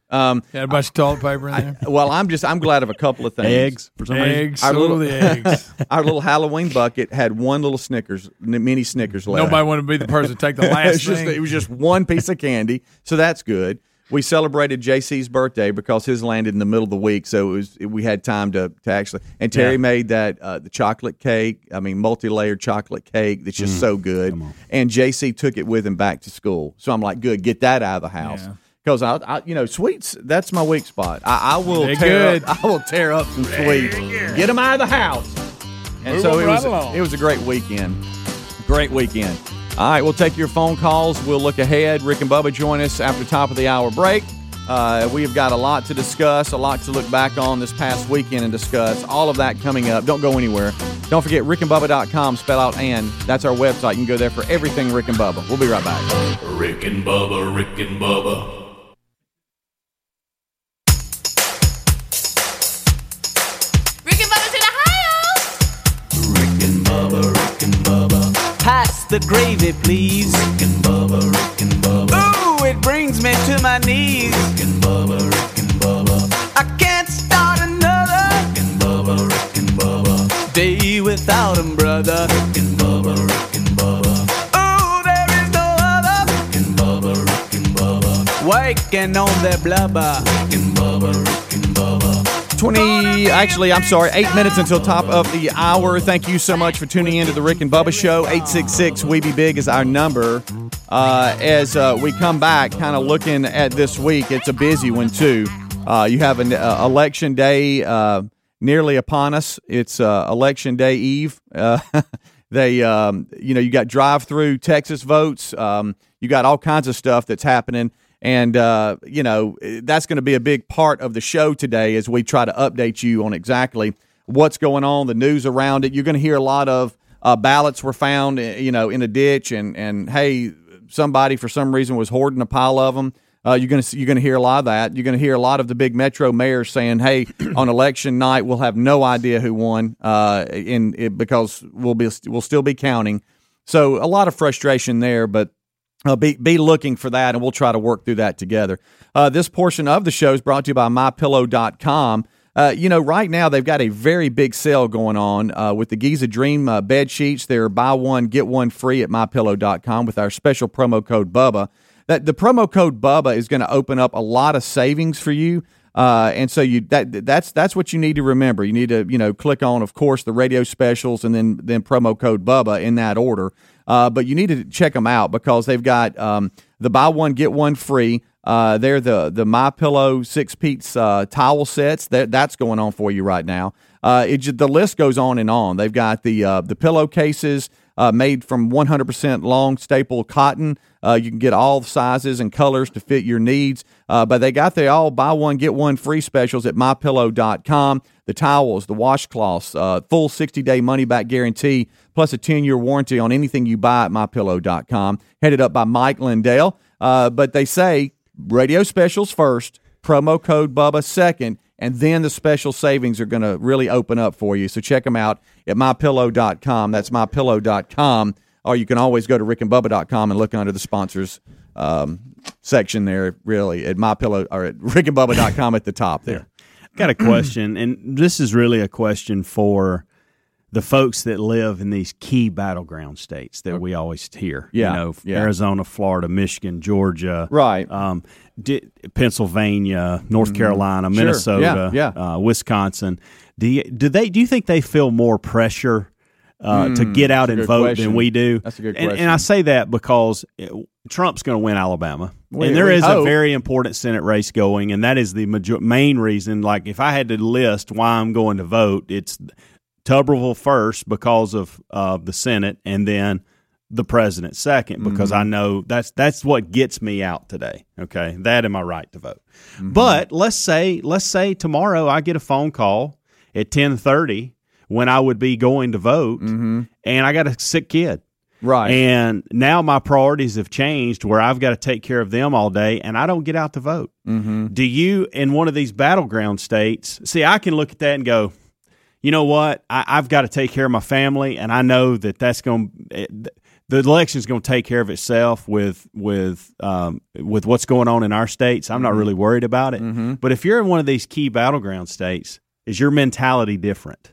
Um,
Had a bunch of toilet paper in there.
well, I'm just I'm glad of a couple of things.
Eggs for some reason.
eggs.
Our
Our
little-
the eggs.
Our little Halloween bucket had one little Snickers, n- mini Snickers left.
Nobody wanted to be the person to take the
it
last
was just
thing.
it was just one piece of candy, so that's good. We celebrated JC's birthday because his landed in the middle of the week, so it was we had time to, to actually. And Terry made that uh, the chocolate cake. I mean, multi layered chocolate cake that's
Mm.
just so good. And JC took it with him back to school, so I'm like, good, get that out of the house. Because I, I, you know, sweets. That's my weak spot. I, I will
They're
tear.
good.
Up, I will tear up some sweets. Get them out of the house. And
Move
so
them
it
right
was.
along.
It was a great weekend. Great weekend. All right, we'll take your phone calls. We'll look ahead. Rick and Bubba join us after top of the hour break. Uh, we have got a lot to discuss, a lot to look back on this past weekend and discuss. All of that coming up. Don't go anywhere. Don't forget rickandbubba.com, spell out and. That's our website. You can go there for everything Rick and Bubba. We'll be right back.
Rick and Bubba, Rick and Bubba.
Rick and Bubba's in Ohio.
Pass the gravy, please. Rick and Bubba, Rick and Bubba. Ooh, it brings me to my knees. Rick and Bubba, Rick and Bubba. I can't start another. Rick and Bubba, Rick and Bubba. Day without 'em, brother. Rick and Bubba, Rick and Bubba. Ooh, there is no other. Rick and Bubba, Rick and Bubba. Waking on their blubber. Rick and Bubba, Rick and Bubba.
20, actually, I'm sorry, eight minutes until top of the hour. Thank you so much for tuning in to the Rick and Bubba Show. 866 We Be Big is our number. Uh, as uh, we come back, kind of looking at this week, it's a busy one, too. Uh, you have an uh, election day uh, nearly upon us. It's uh, election day eve. Uh, they, um, you know, you got drive through Texas votes, um, you got all kinds of stuff that's happening. And uh, you know that's going to be a big part of the show today as we try to update you on exactly what's going on, the news around it. You're going to hear a lot of uh, ballots were found, eh, you know, in a ditch, and and hey, somebody for some reason was hoarding a pile of them. Uh, you're going to you're going to hear a lot of that. You're going to hear a lot of the big metro mayors saying, "Hey, on election night, we'll have no idea who won, uh, in it, because we'll be we'll still be counting." So a lot of frustration there, but uh, be be looking for that, and we'll try to work through that together. Uh, this portion of the show is brought to you by MyPillow.com. Uh, you know, right now they've got a very big sale going on uh, with the Giza Dream uh, bed sheets. They're buy one get one free at MyPillow.com with our special promo code Bubba. That the promo code Bubba is going to open up a lot of savings for you. Uh, and so you that that's that's what you need to remember. You need to you know click on of course the radio specials and then then promo code Bubba in that order. Uh, but you need to check them out because they've got um, the buy one get one free. Uh, they're the the My Pillow six piece uh, towel sets. That that's going on for you right now. Uh, it ju- the list goes on and on. They've got the uh, the pillowcases uh, made from 100% long staple cotton. Uh, you can get all sizes and colors to fit your needs. Uh, but they got the all buy one, get one free specials at mypillow.com. The towels, the washcloths, uh, full 60 day money back guarantee, plus a 10 year warranty on anything you buy at mypillow.com. Headed up by Mike Lindell. Uh, but they say radio specials first, promo code Bubba second, and then the special savings are going to really open up for you. So check them out at mypillow.com. That's mypillow.com. Or you can always go to rickandbubba.com and look under the sponsors um, section there, really, at mypillow or at rickandbubba.com at the top there.
Got a question, and this is really a question for the folks that live in these key battleground states that we always hear.
Yeah,
you know,
yeah.
Arizona, Florida, Michigan, Georgia,
Right. Mm-hmm.
Um, di- Pennsylvania, North Carolina,
Sure.
Minnesota,
Yeah,
Uh, Wisconsin. Do you, do they do you think they feel more pressure? Uh, to get out and
Mm, good
vote
question.
than we do.
That's a good
and,
question.
And I say that because it, Trump's going to win Alabama,
We-
and there
we
is a
hope.
very very important Senate race going, and that is the major- main reason. Like, if I had to list why I'm going to vote, it's Tuberville first because of uh, the Senate, and then the president second because
Mm-hmm.
I know that's that's what gets me out today. Okay, that and my right to vote.
Mm-hmm.
But let's say let's say tomorrow I get a phone call at ten thirty when I would be going to vote,
Mm-hmm.
and I got a sick kid.
Right.
And now my priorities have changed where I've got to take care of them all day and I don't get out to vote.
Mm-hmm.
Do you, in one of these battleground states, see, I can look at that and go, you know what? I, I've got to take care of my family. And I know that that's going to, the election's going to take care of itself with with um, with what's going on in our states. I'm
Mm-hmm.
not really worried about it. But if you're in one of these key battleground states, is your mentality different?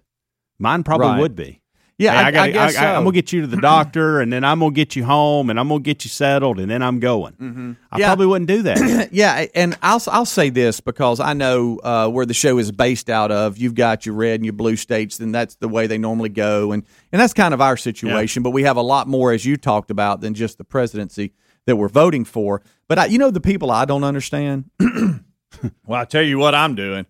Mine probably
Right.
would be.
Yeah,
Hey,
I, I,
gotta-
guess so.
I, am gonna get you to the doctor, and then I'm gonna get you home, and I'm gonna get you settled, and then I'm going. I
Mm-hmm. Yeah.
probably wouldn't do that.
yeah, and I'll I'll say this because I know uh, where the show is based out of. You've got your red and your blue states, and that's the way they normally go, and and that's kind of our situation. But we have a lot more, as you talked about, than just the presidency that we're voting for. But I, you know, the people I don't understand.
Well, I tell you what I'm doing.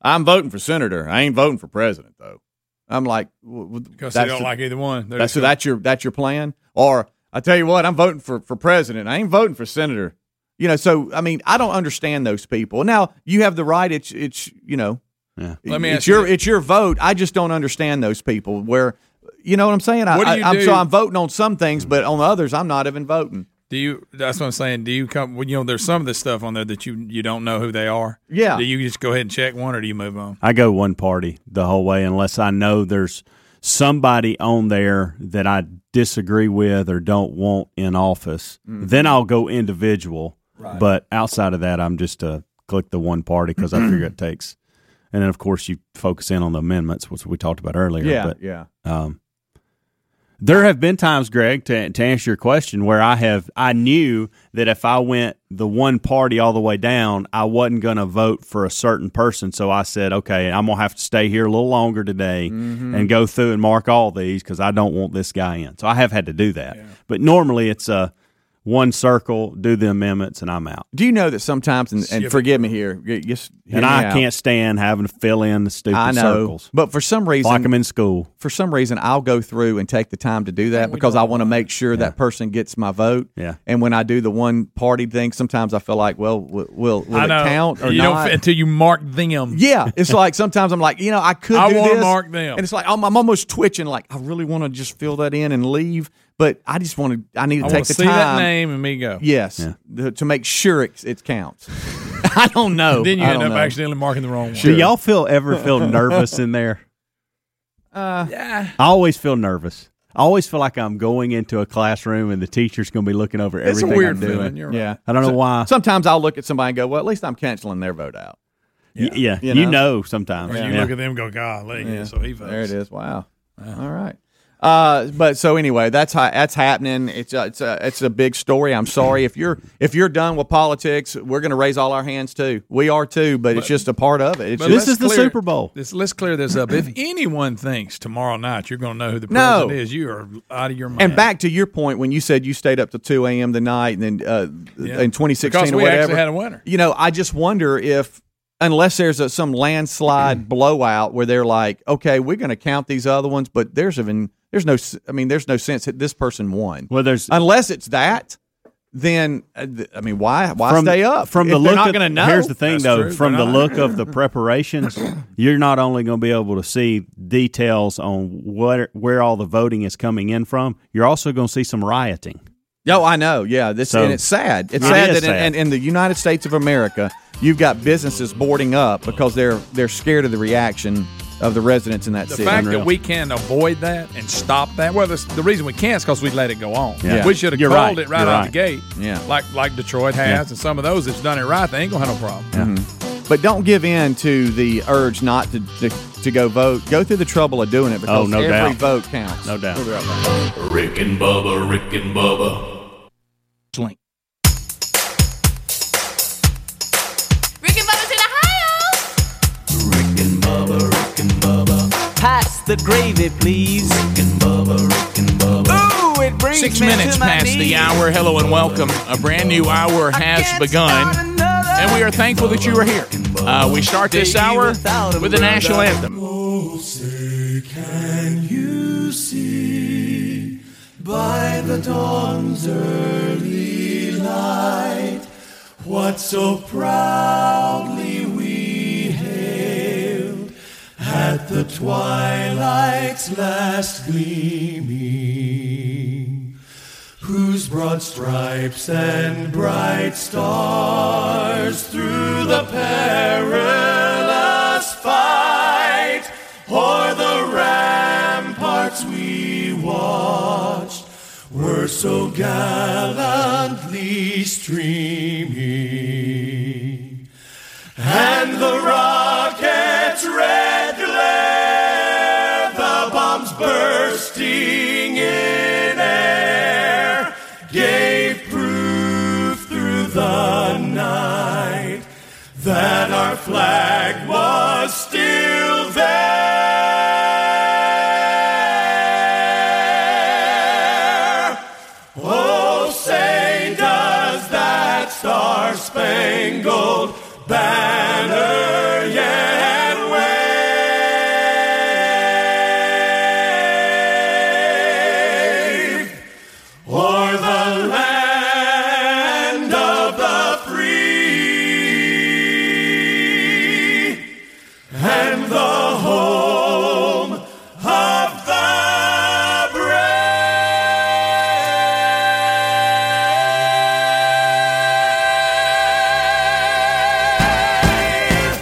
I'm voting for senator. I ain't voting for president though.
I'm like, w- w-
because they
that's
don't
the-
like either one. They're
That's
just-
that's your that's your plan.
Or I tell you what, I'm voting for for president. I ain't voting for senator.
You know, so I mean, I don't understand those people. Now you have the right. It's it's you know,
Yeah.
Let me
it's
ask you
your
this.
it's your vote. I just don't understand those people. Where you know what I'm saying?
What do
I,
you
I, am
do-
so I'm voting on some things, but on others, I'm not even voting.
Do you? That's what I'm saying. Do you come? Well, you know, there's some of this stuff on there that you you don't know who they are.
Yeah.
Do you just go ahead and check one, or do you move on?
I go one party the whole way unless I know there's somebody on there that I disagree with or don't want in office.
Mm-hmm.
Then I'll go individual. But outside of that, I'm just to click the one party because I figure it takes. And then, of course, you focus in on the amendments, which we talked about earlier. but
yeah.
Um, there have been times, Greg, to, to answer your question, where I have I knew that if I went the one party all the way down, I wasn't going to vote for a certain person. So I said, okay, I'm gonna have to stay here a little longer today
Mm-hmm.
and go through and mark all these because I don't want this guy in. So I have had to do that. But normally it's a one circle, do the amendments, and I'm out.
Do you know that sometimes, and, and
Shiver.
forgive me here, y- just hear
and
me
I
out.
can't stand having to fill in the stupid
I know,
circles.
but for some reason,
Like them in school.
for some reason I'll go through and take the time to do that because I want to make sure that person gets my vote.
Yeah.
And when I do the one party thing, sometimes I feel like, well, w- will will
I
it
know.
count or
you
not?
don't until you mark them.
yeah, it's like sometimes I'm like, you know, I could.
I
do
wanna
this.
mark them.
and it's like I'm, I'm almost twitching. Like I really want to just fill that in and leave, but I just want to. I need to
I
take
want
the
to see
time.
that name and me go.
Yes, th- to make sure it, it counts. I don't know.
Then you
I
end
don't
up
know.
accidentally marking the wrong one.
Do y'all feel ever feel nervous in there? Uh, I always feel nervous. I always feel like I'm going into a classroom and the teacher's going to be looking over
It's a
everything
weird
I'm doing.
feeling. You're right.
Yeah.
I don't know why.
Sometimes I'll look at somebody and go, well, at least I'm canceling their vote out.
Y- yeah,
you
you know, sometimes.
Or
Yeah.
you look at them and go, golly. Yeah. So he votes.
There it is. Wow. All right. Uh, but so anyway, that's how that's happening. It's a, it's a it's a big story. I'm sorry if you're if you're done with politics, we're going to raise all our hands too. We are too, but, it's just a part of it. It's
But
just,
This
let's
is the
clear-
Super Bowl.
This, let's clear this up. If anyone thinks tomorrow night you're going to know who the
No.
president is, you are out of your mind.
and back to your point when you said you stayed up to two a.m. the night and then uh,
Yeah.
in 2016
Because
or
we
whatever.
actually had a winner.
You know, I just wonder if unless there's a, some landslide blowout where they're like, okay, we're going to count these other ones, but there's even there's no s- I mean there's no sense that this person won.
Well, there's
unless it's that, then uh, th- I mean, why why
from
stay up?
from
If
the
they're
look.
not
of-
going to know.
Here's the thing,
That's
though.
true.
From
They're
the
not.
look of the preparations, you're not only going to be able to see details on what where all the voting is coming in from. You're also going to see some rioting.
No, I know. Yeah, this
So-
and it's sad. It's
It
sad
is
that in,
sad.
And, in the United States of America, you've got businesses boarding up because they're they're scared of the reaction of the residents in that
The
city.
fact
unreal.
that we can avoid that and stop that, well, that's, the reason we can't is because we let it go on.
Yeah.
We should have
You're
called
right.
it right
You're
out
right.
the gate,
Yeah.
like like Detroit has, and some of those that's done it right, they ain't gonna have no problem.
But don't give in to the urge not to, to to go vote. Go through the trouble of doing it because
Oh, no
every
doubt.
vote counts.
No doubt.
Rick and Bubba, Rick and Bubba.
Rick and Bubba's in Ohio.
Pass the gravy, please. Ooh, it brings
Six
me
minutes
to my
past
knees.
the hour. Hello and welcome. A brand new hour
I
has
can't
begun,
start another.
and we are thankful that you are here. Uh, we start this
Day
hour
without a
with the national
brother.
anthem.
were so gallantly streaming, and the rocket's red glare, the bombs bursting in air, gave proof through the night that our flag was still there. Oh, say does that star spangled banner yet wave o'er the land of the free and the home of the brave.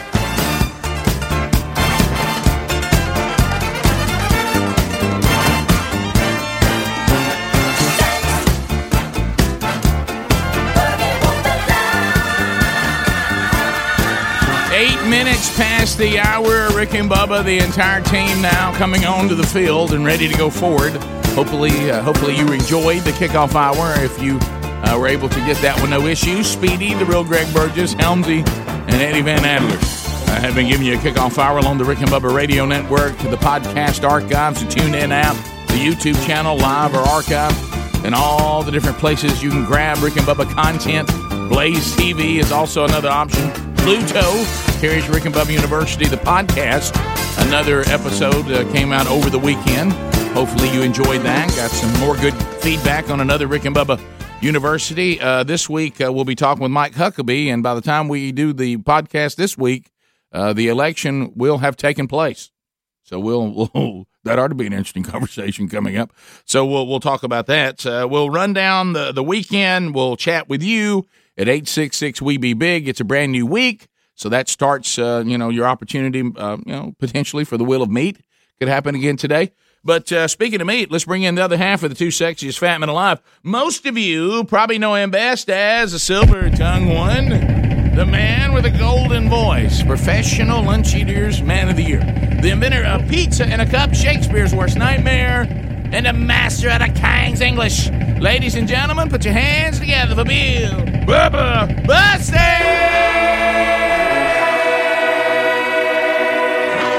Eight minutes past the hour. Rick and Bubba, the entire team now coming onto the field and ready to go forward. Hopefully, uh, hopefully you enjoyed the kickoff hour. If you uh, were able to get that with no issues, Speedy, the real Greg Burgess, Helmsy, and Eddie Van Adler. I have been giving you a kickoff hour along the Rick and Bubba Radio Network, to the podcast archives, the TuneIn app, the YouTube channel, live or archive and all the different places you can grab Rick and Bubba content. Blaze TV is also another option. Pluto carries Rick and Bubba University, the podcast. Another episode uh, came out over the weekend. Hopefully, you enjoyed that. Got some more good feedback on another Rick and Bubba University. Uh, this week, uh, we'll be talking with Mike Huckabee, and by the time we do the podcast this week, uh, the election will have taken place. So we'll, we'll that ought to be an interesting conversation coming up. So we'll we'll talk about that. Uh, we'll run down the the weekend. We'll chat with you at eight six six. We be big. It's a brand new week, so that starts uh, you know your opportunity. Uh, you know potentially for the will of meat could happen again today. But uh, speaking of meat, let's bring in the other half of the two sexiest fat men alive. Most of you probably know him best as the silver tongue one. The man with a golden voice, professional lunch eaters, man of the year, the inventor of pizza and a cup, Shakespeare's worst nightmare, and the master of the King's English. Ladies and gentlemen, put your hands together for Bill Bubba Bussey!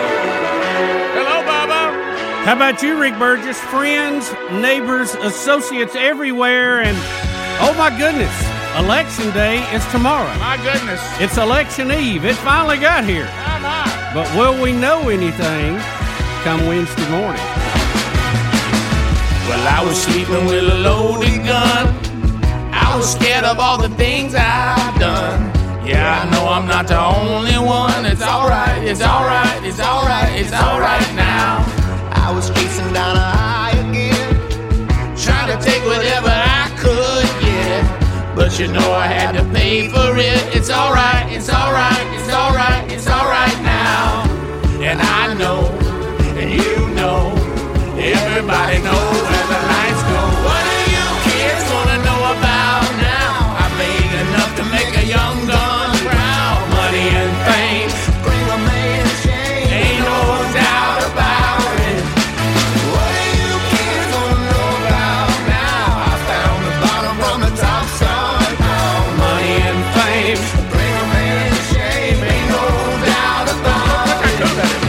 Hello, Bubba.
How about you, Rick Burgess? Friends, neighbors, associates everywhere, and oh my goodness, election day is tomorrow.
My goodness.
It's election eve. It finally got here.
Come on.
But will we know anything come Wednesday morning?
Well, I was sleeping with a loaded gun. I was scared of all the things I've done. Yeah, I know I'm not the only one. It's alright, it's alright, it's alright, it's alright now. I was chasing down a high again, trying to take whatever I could get. But you know I had to pay for it. It's alright, it's alright, it's alright, it's alright now. And I know, and you know, everybody knows where the nights go. What do you kids wanna know about now? I made enough to make a young gun proud. Money and fame bring a man shame. Ain't no doubt about it. What do you kids wanna know about now? I found the bottom from the top somehow. Money and fame bring a man shame. Ain't no doubt about it.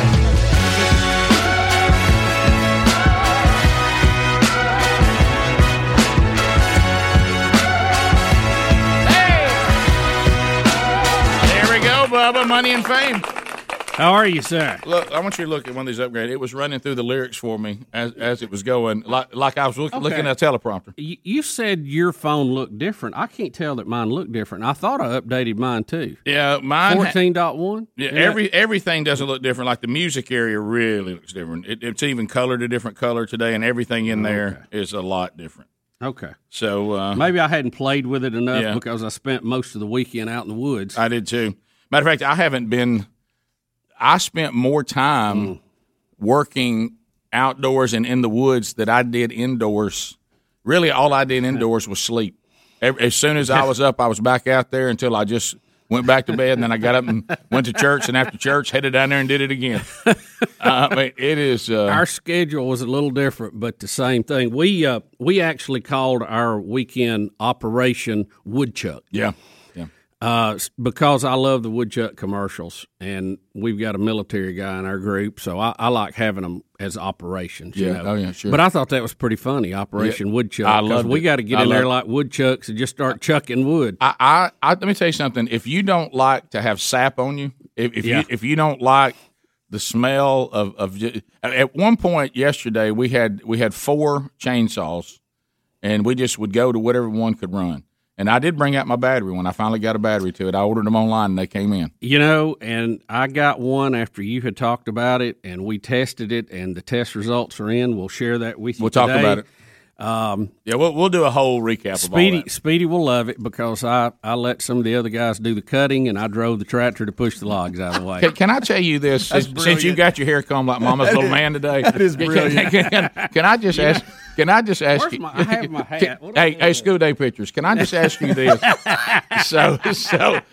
There we go, Bubba. Money and fame.
How are you, sir?
Look, I want you to look at one of these upgrades. It was running through the lyrics for me as, as it was going, like, like I was look, looking at a teleprompter.
You, you said your phone looked different. I can't tell that mine looked different. I thought I updated mine too.
Yeah, mine. ha-
14.1?
yeah, every everything doesn't look different. Like the music area really looks different. It, it's even colored a different color today, and everything in there is a lot different.
Okay.
So uh,
Maybe I hadn't played with it enough
Yeah.
because I spent most of the weekend out in the woods.
I did too. Matter of fact, I haven't been. I spent more time working outdoors and in the woods that I did indoors really all I did indoors was sleep. Ev- As soon as I was up, I was back out there until I just went back to bed, and then I got up and went to church, and after church, headed down there and did it again. Uh, I mean, it is. Uh,
Our schedule was a little different, but the same thing. We uh, we actually called our weekend operation Woodchuck.
yeah.
uh, s- because I love the woodchuck commercials, and we've got a military guy in our group, so I, I like having them as operations. you
Yeah.
know.
Oh, yeah, sure.
But I thought that was pretty funny, Operation Woodchuck.
I
'cause
loved
We
it.
got to get
I
in there like
loved-
woodchucks and just start chucking wood.
I, I, I let me tell you something. If you don't like to have sap on you, if, if
Yeah.
you if you don't like the smell of of ju- at one point yesterday we had we had four chainsaws, and we just would go to whatever one could run. And I did bring out my battery when I finally got a battery to it. I ordered them online and they came in.
You know, and I got one after you had talked about it, and we tested it, and the test results are in. We'll share that with you.
We'll talk
today.
about it. Um, yeah, we'll we'll do a whole recap of all
Speedy,
that.
Speedy will love it because I, I let some of the other guys do the cutting, and I drove the tractor to push the logs out of the way.
Can, can I tell you this? Since, since you
brilliant.
got your hair combed like Mama's little man today, that
is
Can,
brilliant.
can- can I just ask? Can I just ask
Where's
you?
my- I have my hat.
can-
What do I
hey, hey, school day pictures. Can I just ask you this? so, so,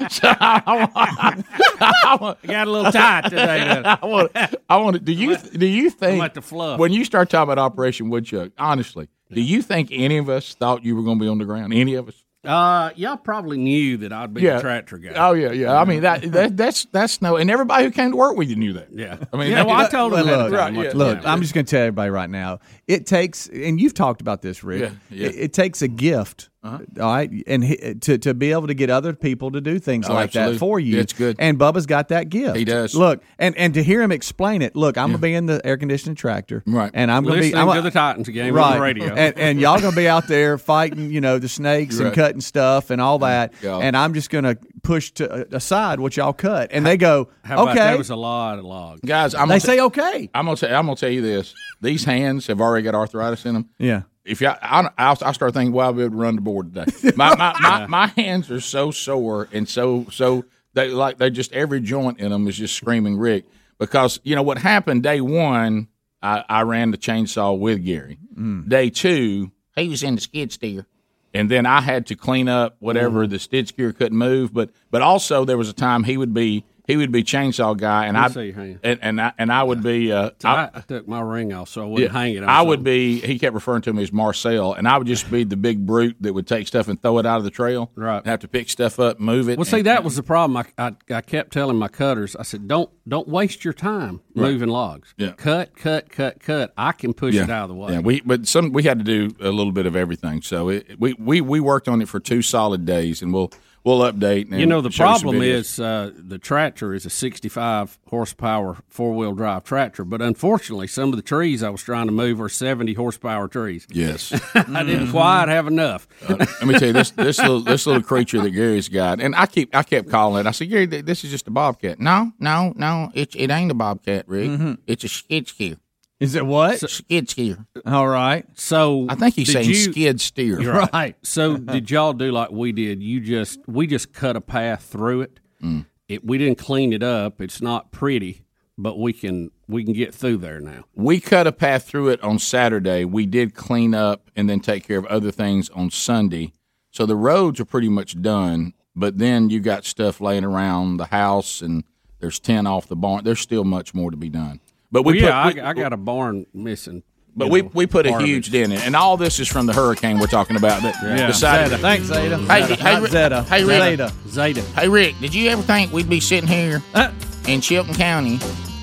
so, I want, I want,
got a little tight today. though.
I want, I want. Do you do you think
like the fluff.
when you start talking about Operation Woodchuck? Honestly, do you think any of us thought you were going to be on the ground? Any of us?
Uh, y'all probably knew that I'd be a tractor guy.
Oh yeah, yeah. I mean that, that that's that's no, and everybody who came to work with you knew that.
yeah.
Oh, I mean,
yeah, well, I
that-
told him
Well,
that.
look,
about him.
right, yeah.
look, I'm just going to tell everybody right now. It takes, and you've talked about this, Rick.
Yeah, yeah. Uh-huh.
It, it takes a gift, all right, and he, to to be able to get other people to do things
Oh,
like
absolutely.
that for you.
Yeah, it's good.
And Bubba's got that gift.
He does.
Look, and and to hear him explain it. Look, I'm going to be in the air conditioned tractor,
Right.
And I'm going to be
listening
I'm,
to the Titans game on
right,
the radio.
and, and y'all going to be out there fighting, you know, the snakes
Right.
and cutting stuff and all that.
Yeah.
And I'm just going to push to uh, aside what y'all cut, and they go,
How about
okay.
that was a lot of logs.
guys, I'm
they
gonna
say okay.
I'm gonna tell I'm gonna tell you this. These hands have already got arthritis in them.
Yeah.
If y'all, I, I, I start thinking, well, I'll be able to run the board today. My my, my, my hands are so sore and so so they like they just every joint in them is just screaming Rick because you know what happened day one. I, I ran the chainsaw with Gary.
Mm.
Day two, he was in the skid steer, and then I had to clean up whatever
Mm.
the skid steer couldn't move. But but also there was a time he would be he would be chainsaw guy, and I
see your hand.
and and I, and I would be uh,
I, I took my ring off so I wouldn't hang it. on
I would
something.
be. He kept referring to me as Marcel, and I would just be the big brute that would take stuff and throw it out of the trail.
Right.
And have to pick stuff up, move it.
Well, see,
and-
that was the problem. I, I, I kept telling my cutters, I said, "Don't don't waste your time moving logs.
Yeah.
Cut, cut, cut, cut. I can push it out of the way.
Yeah, we but some we had to do a little bit of everything. So it, we we we worked on it for two solid days, and we'll we'll update. And
you know the
show some
problem
videos.
is uh, the tractor is a 65 horsepower four wheel drive tractor, but unfortunately, some of the trees I was trying to move are 70 horsepower trees.
yes. Uh,
I didn't quite have enough.
Let me tell you this this little this little creature that Gary's got, and I keep I kept calling it. I said, Gary, th- this is just a bobcat. No, no, no, it it ain't a bobcat, Rick.
Mm-hmm.
It's a skid steer.
Is it what?
Skid steer.
All right.
So
I think he's
did
saying
you-
skid steer.
Right.
So did y'all do like we did? You just we just cut a path through it.
Mm.
It we didn't clean it up. It's not pretty, but we can we can get through there now.
We cut a path through it on Saturday. We did clean up and then take care of other things on Sunday. So the roads are pretty much done, but then you got stuff laying around the house and there's tin off the barn. There's still much more to be done. But we
Well, yeah,
put, we-
I, I got a barn missing.
but
you
we,
know,
we put a
part of
huge
it.
dent in, it. and all this is from the hurricane we're talking about. That yeah.
Thanks, Zeta.
Hey, hey, Ri-
Not Zeta.
hey, Rick.
Zeta.
Zeta.
Hey Rick, did you ever think we'd be sitting here
Uh.
in Chilton County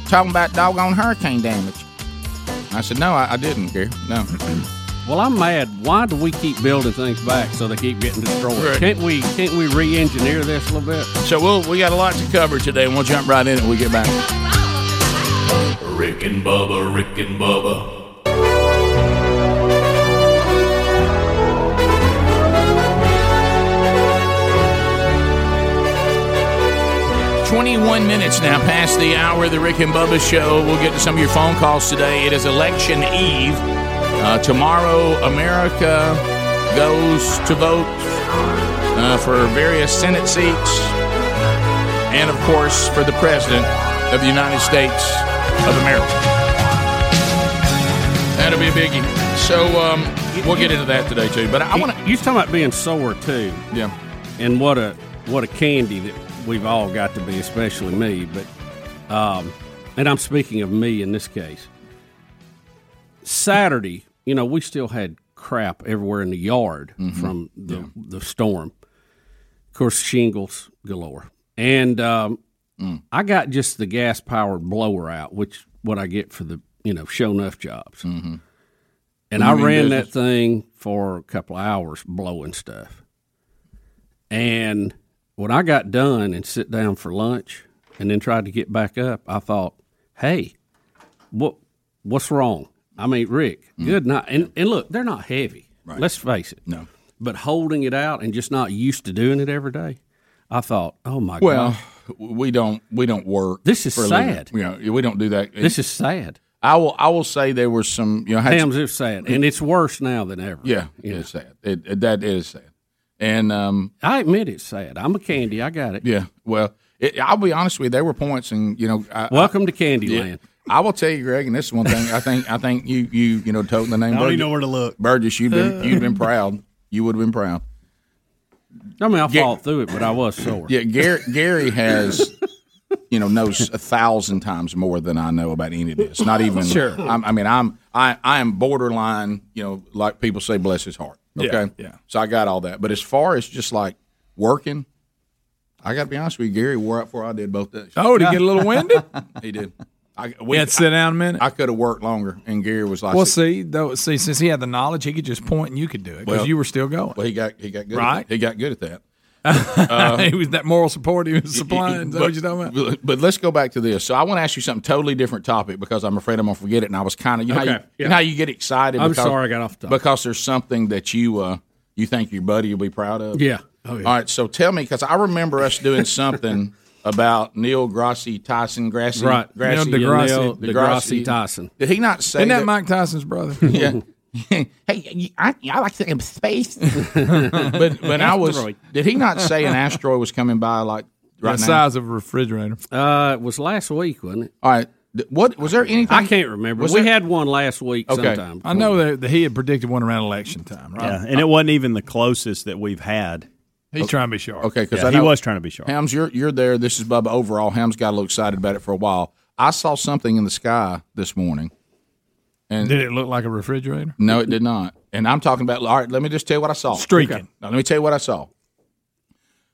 talking about doggone hurricane damage? I said, no, I, I didn't, Gary. No.
Well, I'm mad. Why do we keep building things back so they keep getting destroyed?
Right.
Can't we can't we re-engineer this a little bit?
So we'll we got a lot to cover today, and we'll jump right in it when we get back.
Rick and Bubba, Rick and Bubba,
Twenty-one minutes now past the hour of the Rick and Bubba show. We'll get to some of your phone calls today. It is election eve. Uh, tomorrow, America goes to vote uh, for various Senate seats, and of course for the president of the United States of America. That'll be a biggie. So um, We'll get into that today too. But I want to.
You was talking about being sore too,
Yeah.
and what a what a candy that we've all got to be, especially me. But, um, and I'm speaking of me in this case. Saturday, you know, we still had crap everywhere in the yard from the the storm. Of course, shingles galore, and um, I got just the gas powered blower out, which what I get for the you know show enough jobs.
Mm-hmm.
And I ran that thing for a couple of hours blowing stuff. And when I got done and sit down for lunch and then tried to get back up, I thought, hey, what what's wrong? I mean, Rick,
Mm.
good night. And, and look, they're not heavy. Let's face it. No. But holding it out and just not used to doing it every day, I thought, oh my
Well,
God.
we don't we don't work.
This is
for a living.
sad.
You know, we don't do that.
This is sad.
I will I will say there were some you know I had some-
Damn, it's sad. And it's worse now than ever.
yeah, it's sad. It, it- that is sad. And um
I admit it's sad. I'm a candy. I got it.
yeah, well, it, I'll be honest with you. There were points, and you know, I,
Welcome to Candyland.
I will tell you, Greg, and this is one thing I think I think you you you know toting the name
I don't even know
Burgess,
where to look.
Burgess you've been you've been proud. You would have been proud.
I mean, I fought through it, but I was sore.
Yeah, Gary, Gary has, you know, knows a thousand times more than I know about any of this. Not even sure. I'm, I mean, I'm I I am borderline. You know, like people say, bless his heart. Okay,
yeah.
So I got all that, but as far as just like working, I got to be honest with you, Gary wore out before I did both days.
Oh, to get a little windy.
He did. I we,
We had to sit down a minute.
I, could have worked longer, and Gary was like,
well, see, though, see, since he had the knowledge, he could just point and you could do it because
Well-
you were still going.
well, he got he got good.
Right.
At, he got good at that.
he was that moral support he was
It-
supplying.
it-
Is that what you're talking about?
um, But, but let's go back to this. So I want to ask you something totally different topic because I'm afraid I'm gonna forget it. And I was kind of you, know how you,
Okay,
you
yeah.
know how you get excited.
I'm
because-
sorry I got off topic.
because there's something that you uh, you think your buddy will be proud of.
Yeah. Oh, yeah.
All right. So tell me because I remember us doing something about Neil Grassi Tyson Grassi.
Right.
Grassi,
Neil deGrasse-
Neil
deGrasse-
deGrasse Tyson.
Did he not say
Isn't that
that?
Mike Tyson's brother?
yeah. hey, you- I, I like to in space. but but I was.
Asteroid.
Did he not say an asteroid was coming by like right
the
now?
size of a refrigerator.
Uh, it was last week, wasn't it?
All right. Th- What was there anything?
I can't remember.
Was
we
there-
had one last week
Okay.
sometime.
I know that, that he had predicted one around election time, right?
Yeah, and it wasn't even the closest that we've had.
He's trying to be sharp.
Okay, because
Yeah,
I
he
know,
was trying to be sharp.
Hams, you're you're there. This is Bubba. Overall, Hams got a little excited about it for a while. I saw something in the sky this morning.
Did it look like a refrigerator?
No, it did not. And I'm talking about. All right, let me just tell you what I saw.
Streaking.
Now, let me tell you what I saw.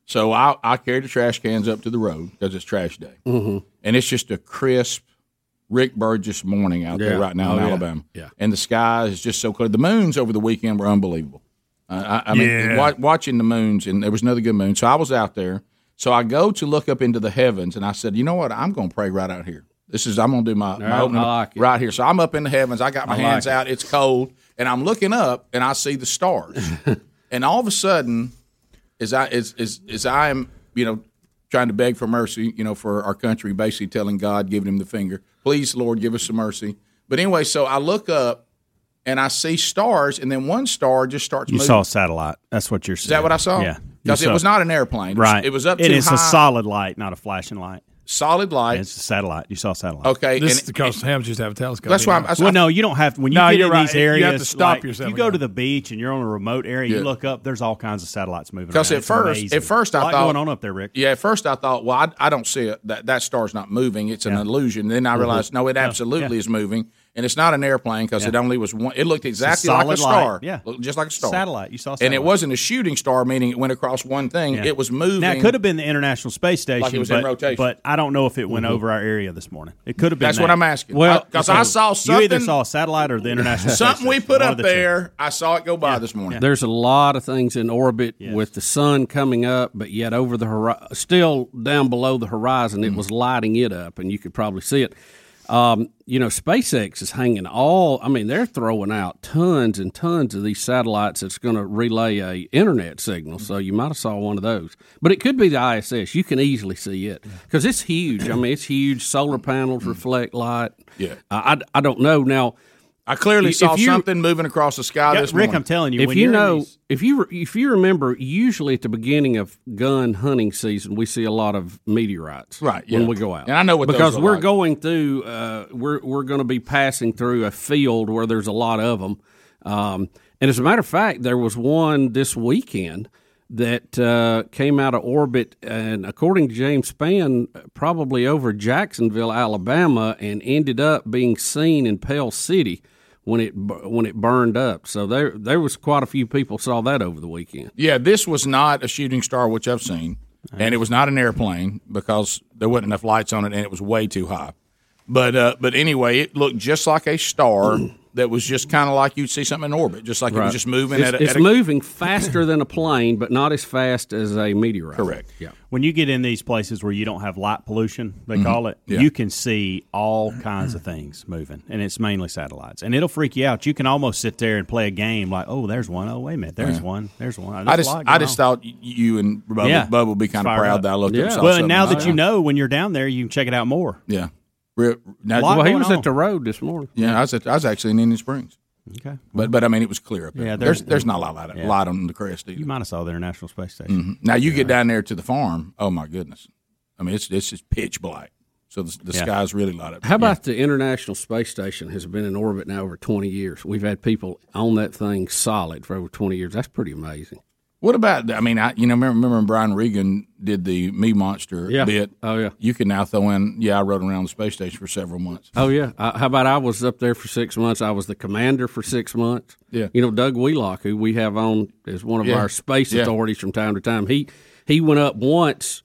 So I, I carried the trash cans up to the road because it's trash day, mm-hmm. and it's just a crisp Rick Burgess morning out there
Yeah.
right now in
Oh, yeah.
Alabama.
Yeah.
and the sky is just so clear. The moons over the weekend were unbelievable. Uh, I, I mean,
Yeah.
wa- watching the moons, and there was another good moon. So I was out there. So I go to look up into the heavens, and I said, "You know what? I'm going to pray right out here. This is I'm going to do my, my
I
opening
like it.
right here." So I'm up in the heavens. I got my hands
like it.
out. It's cold, and I'm looking up, and I see the stars. and all of a sudden, as I as as as I am, you know, trying to beg for mercy, you know, for our country, basically telling God, giving Him the finger, please, Lord, give us some mercy. But anyway, so I look up and I see stars, and then one star just starts.
You
moving.
saw a satellite. That's what you're saying.
Is that what I saw?
Yeah.
Because it
You saw-
was not an airplane. It was-
right.
It was up too
And it's
high.
a solid light, not a flashing light.
solid light.
It's a satellite. You saw a satellite.
okay.
This
and-
is because Hams just have a telescope.
that's why I'm, that's why
Well, no, you don't have to. When you
No,
get
you're
in
right.
these
You have
areas,
to stop
like,
yourself
If you go
again.
to the beach and you're on a remote area,
Yeah.
you look up. There's all kinds of satellites moving.
'Cause
around.
at
It's
first-
amazing.
at first I
a lot
thought-
going on up there, Rick.
Yeah, at first I thought, well, I, I don't see it. That that star's not moving. It's an illusion. Then
Mm-hmm.
I realized, no, it absolutely is moving, and it's not an airplane because it only was one. It looked exactly like a
solid light.
star.
Yeah.
Looked just like a star.
Satellite. You saw. Satellite.
And it wasn't a shooting star, meaning it went across one thing.
Yeah.
It was moving.
Now it could have been the International Space Station,
was in
but,
rotation. Mm-hmm.
but I don't know if it went over our area this morning. It could have been.
That's
that.
what I'm asking.
Well,
because I, saw
You
something.
either saw a satellite or the International. Space
something we
Station,
put
one
up
of the two.
there. I saw it go by this morning.
There's a lot of things in orbit with the sun coming up, but yet over the hori- still down below the horizon, it was lighting it up, and you could probably see it. Um, you know, SpaceX is hanging all. I mean, they're throwing out tons and tons of these satellites that's going to relay a internet signal. So you might have saw one of those, but it could be the ISS. You can easily see it because it's huge. I mean, it's huge. Solar panels reflect light.
Yeah.
I, I I don't know now.
I clearly
If
saw
you-
something moving across the sky
Yeah,
this
Rick,
morning.
I'm telling you,
if
when
you
you're in
know
these-
if you re- if you remember usually at the beginning of gun hunting season we see a lot of meteorites
Right, yeah.
when we go out
And I know what those
because
are
we're
like.
going through uh, we're we're going to be passing through a field where there's a lot of them um, And as a matter of fact, there was one this weekend that uh, came out of orbit, and according to James Spann, uh, probably over Jacksonville, Alabama, and ended up being seen in Pell City when it bu- when it burned up. So there there was quite a few people saw that over the weekend.
Yeah, this was not a shooting star, which I've seen, and it was not an airplane because there wasn't enough lights on it, and it was way too high. But uh, but anyway, it looked just like a star that was just kind of like you'd see something in orbit, just like it was just moving
It's,
at a,
it's
at a
moving faster than a plane, but not as fast as uh, a meteorite.
correct.
Yeah.
When you get in these places where you don't have light pollution, they call it,
Mm-hmm. Yeah.
you can see all kinds of things moving, and it's mainly satellites. And it'll freak you out. You can almost sit there and play a game like, oh, there's one. Oh, wait a minute, there's one. There's one.
I
There's a
just
lot
I
going
just
on.
thought y- you and Bubba,
Yeah.
Bubba would be kind of
Fired
proud
up.
that I looked
Yeah.
at. saw
Well, and
something.
now that
I-
you know when you're down there, you can check it out more.
yeah, Re- now,
Lot
Well, he
going
was
on.
at the road this morning.
yeah, I was at, I was actually in Indian Springs,
Okay.
but but I mean it was clear up there.
Yeah,
there's
there's-
there's not a lot of light,
Yeah.
light on the crest either.
You might have saw the International Space Station.
Now you get down there to the farm. Oh my goodness! I mean, it's it's just pitch black. So the, the
Yeah.
sky's really lighted. up.
How about the International Space Station has been in orbit now over 20 years? We've had people on that thing solid for over 20 years. That's pretty amazing.
what about? I mean, I you know remember, remember when Brian Regan did the me monster
Yeah.
bit.
Oh, yeah.
You can now throw in. Yeah, I rode around the space station for several months.
Oh, yeah. I, how about I was up there for six months? I was the commander for six months.
Yeah.
You know, Doug Wheelock, who we have on as one of
Yeah.
our space
Yeah.
authorities from time to time, he, he went up once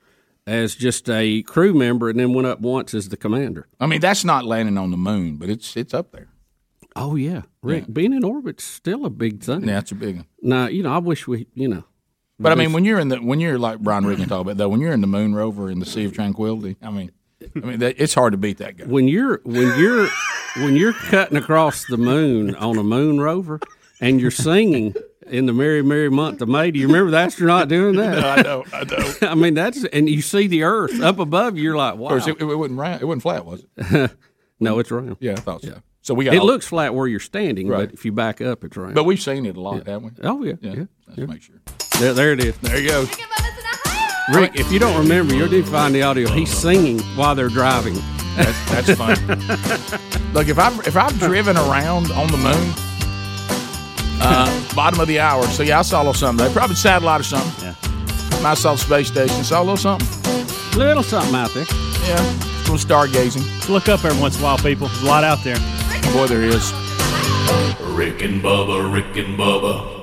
as just a crew member and then went up once as the commander.
I mean, that's not landing on the moon, but it's it's up there.
Oh, yeah. Rick, being in orbit's still a big thing.
Yeah, it's a big one.
Now, you know, I wish we, you know,
But I mean, when you're in the when you're like Brian Regan talked about though, when you're in the moon rover in the Sea of Tranquility, I mean, I mean, that, it's hard to beat that guy.
when you're when you're when you're cutting across the moon on a moon rover and you're singing in the merry merry month of may do you remember the astronaut doing that
I know, I know. Of
i mean that's and you see the earth up above you're like wow
course, it, it wasn't round, it wasn't flat, was it?
no it's round
Yeah, I thought so. So we got
it
all-
looks flat where you're standing
Right.
but if you back up it's round
But we've seen it a lot, haven't we?
oh yeah
Yeah.
yeah,
Let's make sure.
There, there it is
There you go.
Rick and Bubba's in Ohio.
rick if you don't remember you'll need to find the audio he's singing while they're driving
That's, that's fun. Look, if I've if I've driven around on the moon, uh, bottom of the hour. So yeah, I saw a little something. They probably satellite or something.
Yeah.
I saw the space station. Saw a little something.
little something out there
Yeah, a little stargazing.
Just look up every once in a while, people. There's a lot out there.
Boy, there is.
Rick and Bubba, Rick and Bubba,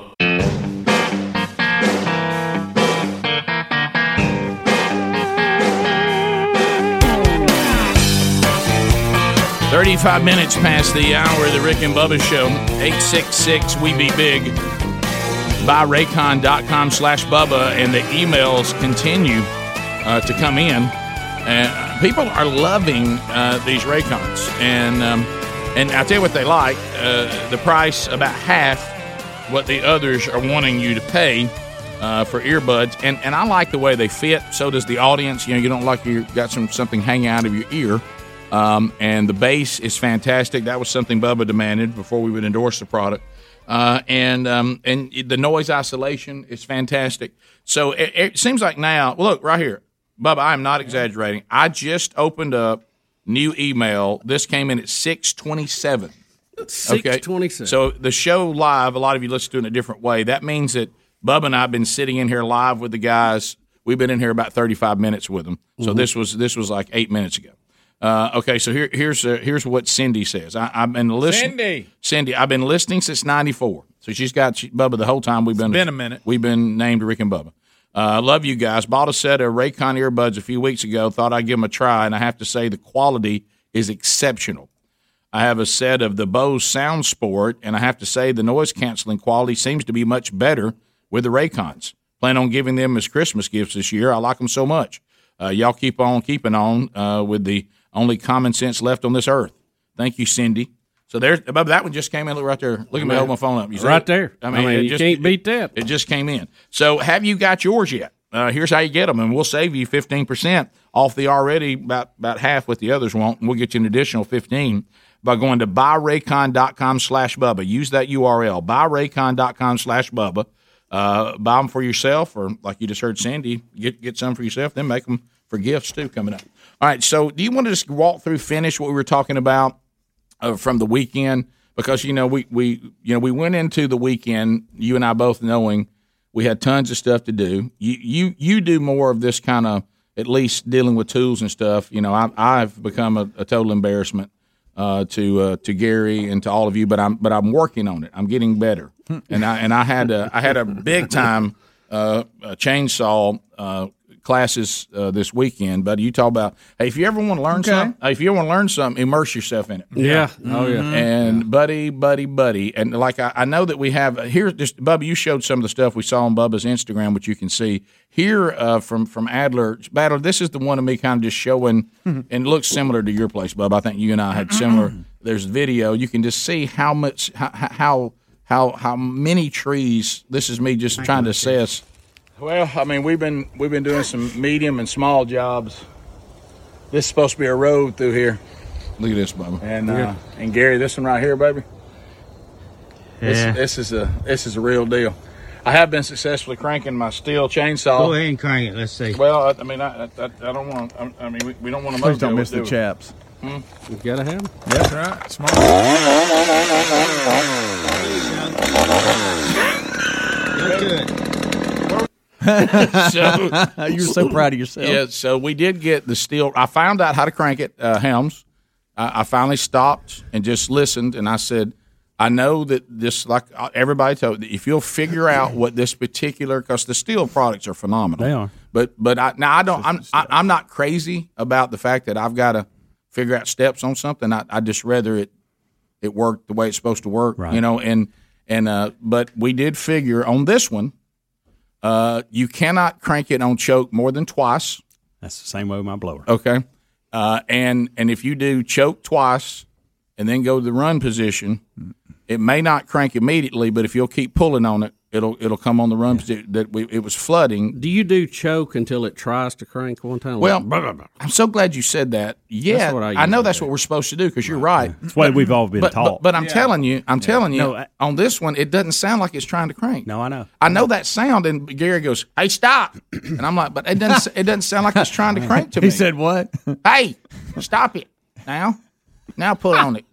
Thirty-five minutes past the hour of the Rick and Bubba Show. Eight six six. We be big. Buy Raycon.com slash Bubba, and the emails continue uh, to come in. Uh, people are loving uh, these Raycons, and um, and I tell you what they like: uh, the price about half what the others are wanting you to pay uh, for earbuds. And and I like the way they fit. So does the audience. You know, you don't like you got some something hanging out of your ear. Um, and the bass is fantastic. That was something Bubba demanded before we would endorse the product. Uh, and um, and the noise isolation is fantastic. So it, it seems like now, well, look right here, Bubba. I am not exaggerating. I just opened up new email. This came in at six twenty seven.
627
So the show live, a lot of you listen to it in a different way. That means that Bubba and I have been sitting in here live with the guys. We've been in here about thirty five minutes with them. So this was this was like eight minutes ago. Uh, okay, so here, here's uh, here's what Cindy says. I, I've been listening.
Cindy.
Cindy, I've been listening since '94. So she's got she, Bubba the whole time we've been.
been a minute.
We've been named Rick and Bubba. Uh, love you guys. Bought a set of Raycon earbuds a few weeks ago. Thought I'd give them a try, and I have to say the quality is exceptional. I have a set of the Bose Sound Sport, and I have to say the noise canceling quality seems to be much better with the Raycons. Plan on giving them as Christmas gifts this year. I like them so much. Uh, y'all keep on keeping on uh, with the only common sense left on this earth. Thank you, Cindy. So there's above that one just came in. Look right there. Look at me. Hold my phone up. You see
right
it?
there i mean,
it
you
just-
can't beat that
it just came in. So have you got yours yet? Uh, here's how you get them, and we'll save you 15% off the already about, about half what the others want, and we'll get you an additional 15 by going to buyraycon.com slash Bubba. Use that URL, buyraycon.com slash Bubba. Uh, buy them for yourself, or like you just heard Sandy, get, get some for yourself, then make them for gifts too coming up. All right, so do you want to just walk through, finish what we were talking about uh, from the weekend? because you know we we you know we went into the weekend you and I both knowing we had tons of stuff to do. You you you do more of this kind of at least dealing with tools and stuff. You know I I've become a, a total embarrassment uh, to uh, to Gary and to all of you, but I'm but I'm working on it. I'm getting better, and I and I had a I had a big time uh, uh, chainsaw. Uh, classes uh, this weekend but you talk about hey if you ever want to learn something hey, if you want to learn something immerse yourself in it
Yeah. Oh yeah.
and buddy, buddy, buddy, and like I, I know that we have here. Just Bubba, you showed some of the stuff we saw on Bubba's Instagram, which you can see here uh, from from Adler. Adler, this is the one of me kind of just showing, and it looks similar to your place, Bubba. I think you and I had similar. There's video. You can just see how much how how how how many trees. This is me just trying to assess. Well, I mean, we've been we've been doing some medium and small jobs. This is supposed to be a road through here. Look at this, Bubba. And uh, and Gary, this one right here, baby. This, this is a this is a real deal. I have been successfully cranking my steel chainsaw.
ahead and crank it. Let's see.
Well, I, I mean, I, I, I I don't want. I, I mean, we, we don't want to
Please don't miss the chaps.
You gotta have 'em.
That's right. Smart.
Look to it.
So,
You're so proud of yourself.
yeah, so we did get the steel. I found out how to crank it, uh, Helms. I, I finally stopped and just listened, and I said, I know that this, like uh, everybody told, if you'll figure out what this particular, because the steel products are phenomenal.
They are.
But but I now I don't. I'm I, I'm not crazy about the fact that I've got to figure out steps on something. I I just rather it it worked the way it's supposed to work. You know, and and uh, but we did figure on this one. Uh, you cannot crank it on choke more than twice.
That's the same way with my blower.
Okay. Uh, and and if you do choke twice and then go to the run position, it may not crank immediately, but if you'll keep pulling on it, it'll it'll come on the run position. That we, it was flooding.
Do you do choke until it tries to crank one time?
Well,
Like, blah, blah, blah.
I'm so glad you said that. Yeah,
what I
I, know
usually
that's what we're supposed to do because you're right.
That's what we've all been
But, but
taught.
but I'm telling you, I'm telling you,
No, I-
on this one, it doesn't sound like it's trying to crank.
no, Oh, I know.
I know that sound, and Gary goes, "Hey, stop!" And I'm like, "But it doesn't. It doesn't sound like it's trying to crank to me."
He said what?
hey, stop it now, now pull on it.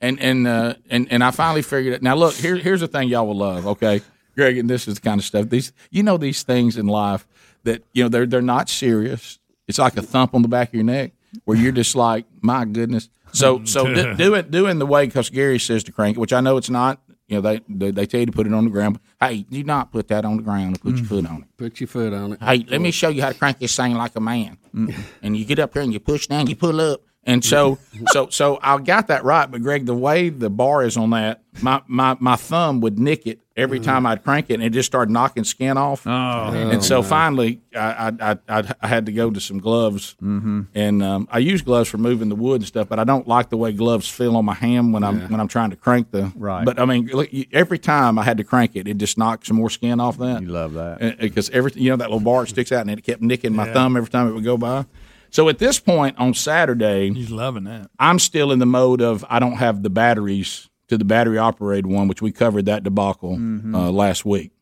And and uh, and and I finally figured it. Now look, here here's the thing y'all will love. Okay, Greg, and this is the kind of stuff these you know these things in life that you know they're they're not serious. It's like a thump on the back of your neck where you're just like, my goodness. So so do, do it doing the way because Gary says to crank it, which I know it's not. You know they, they they tell you to put it on the ground. Hey, do not put that on the ground and put your foot on it
Put your foot on it.
hey, let me show you how to crank this thing like a man.
Mm.
And you get up there and you push down, you pull up. And so, so, so I got that right. But Greg, the way the bar is on that, my my my thumb would nick it every time
Mm.
I'd crank it, and it just started knocking skin off.
Oh,
and so finally, I I, I- I I had to go to some gloves,
Mm-hmm.
and um, I use gloves for moving the wood and stuff. But I don't like the way gloves feel on my hand when I'm when I'm trying to crank the
Right.
But I mean, look, you- every time I had to crank it, it just knocked some more skin off that
You love that.
because every you know that little bar sticks out and it kept nicking my thumb every time it would go by. So at this point on Saturday,
He's loving that.
I'm still in the mode of I don't have the batteries to the battery operated one, which we covered that debacle uh, last week.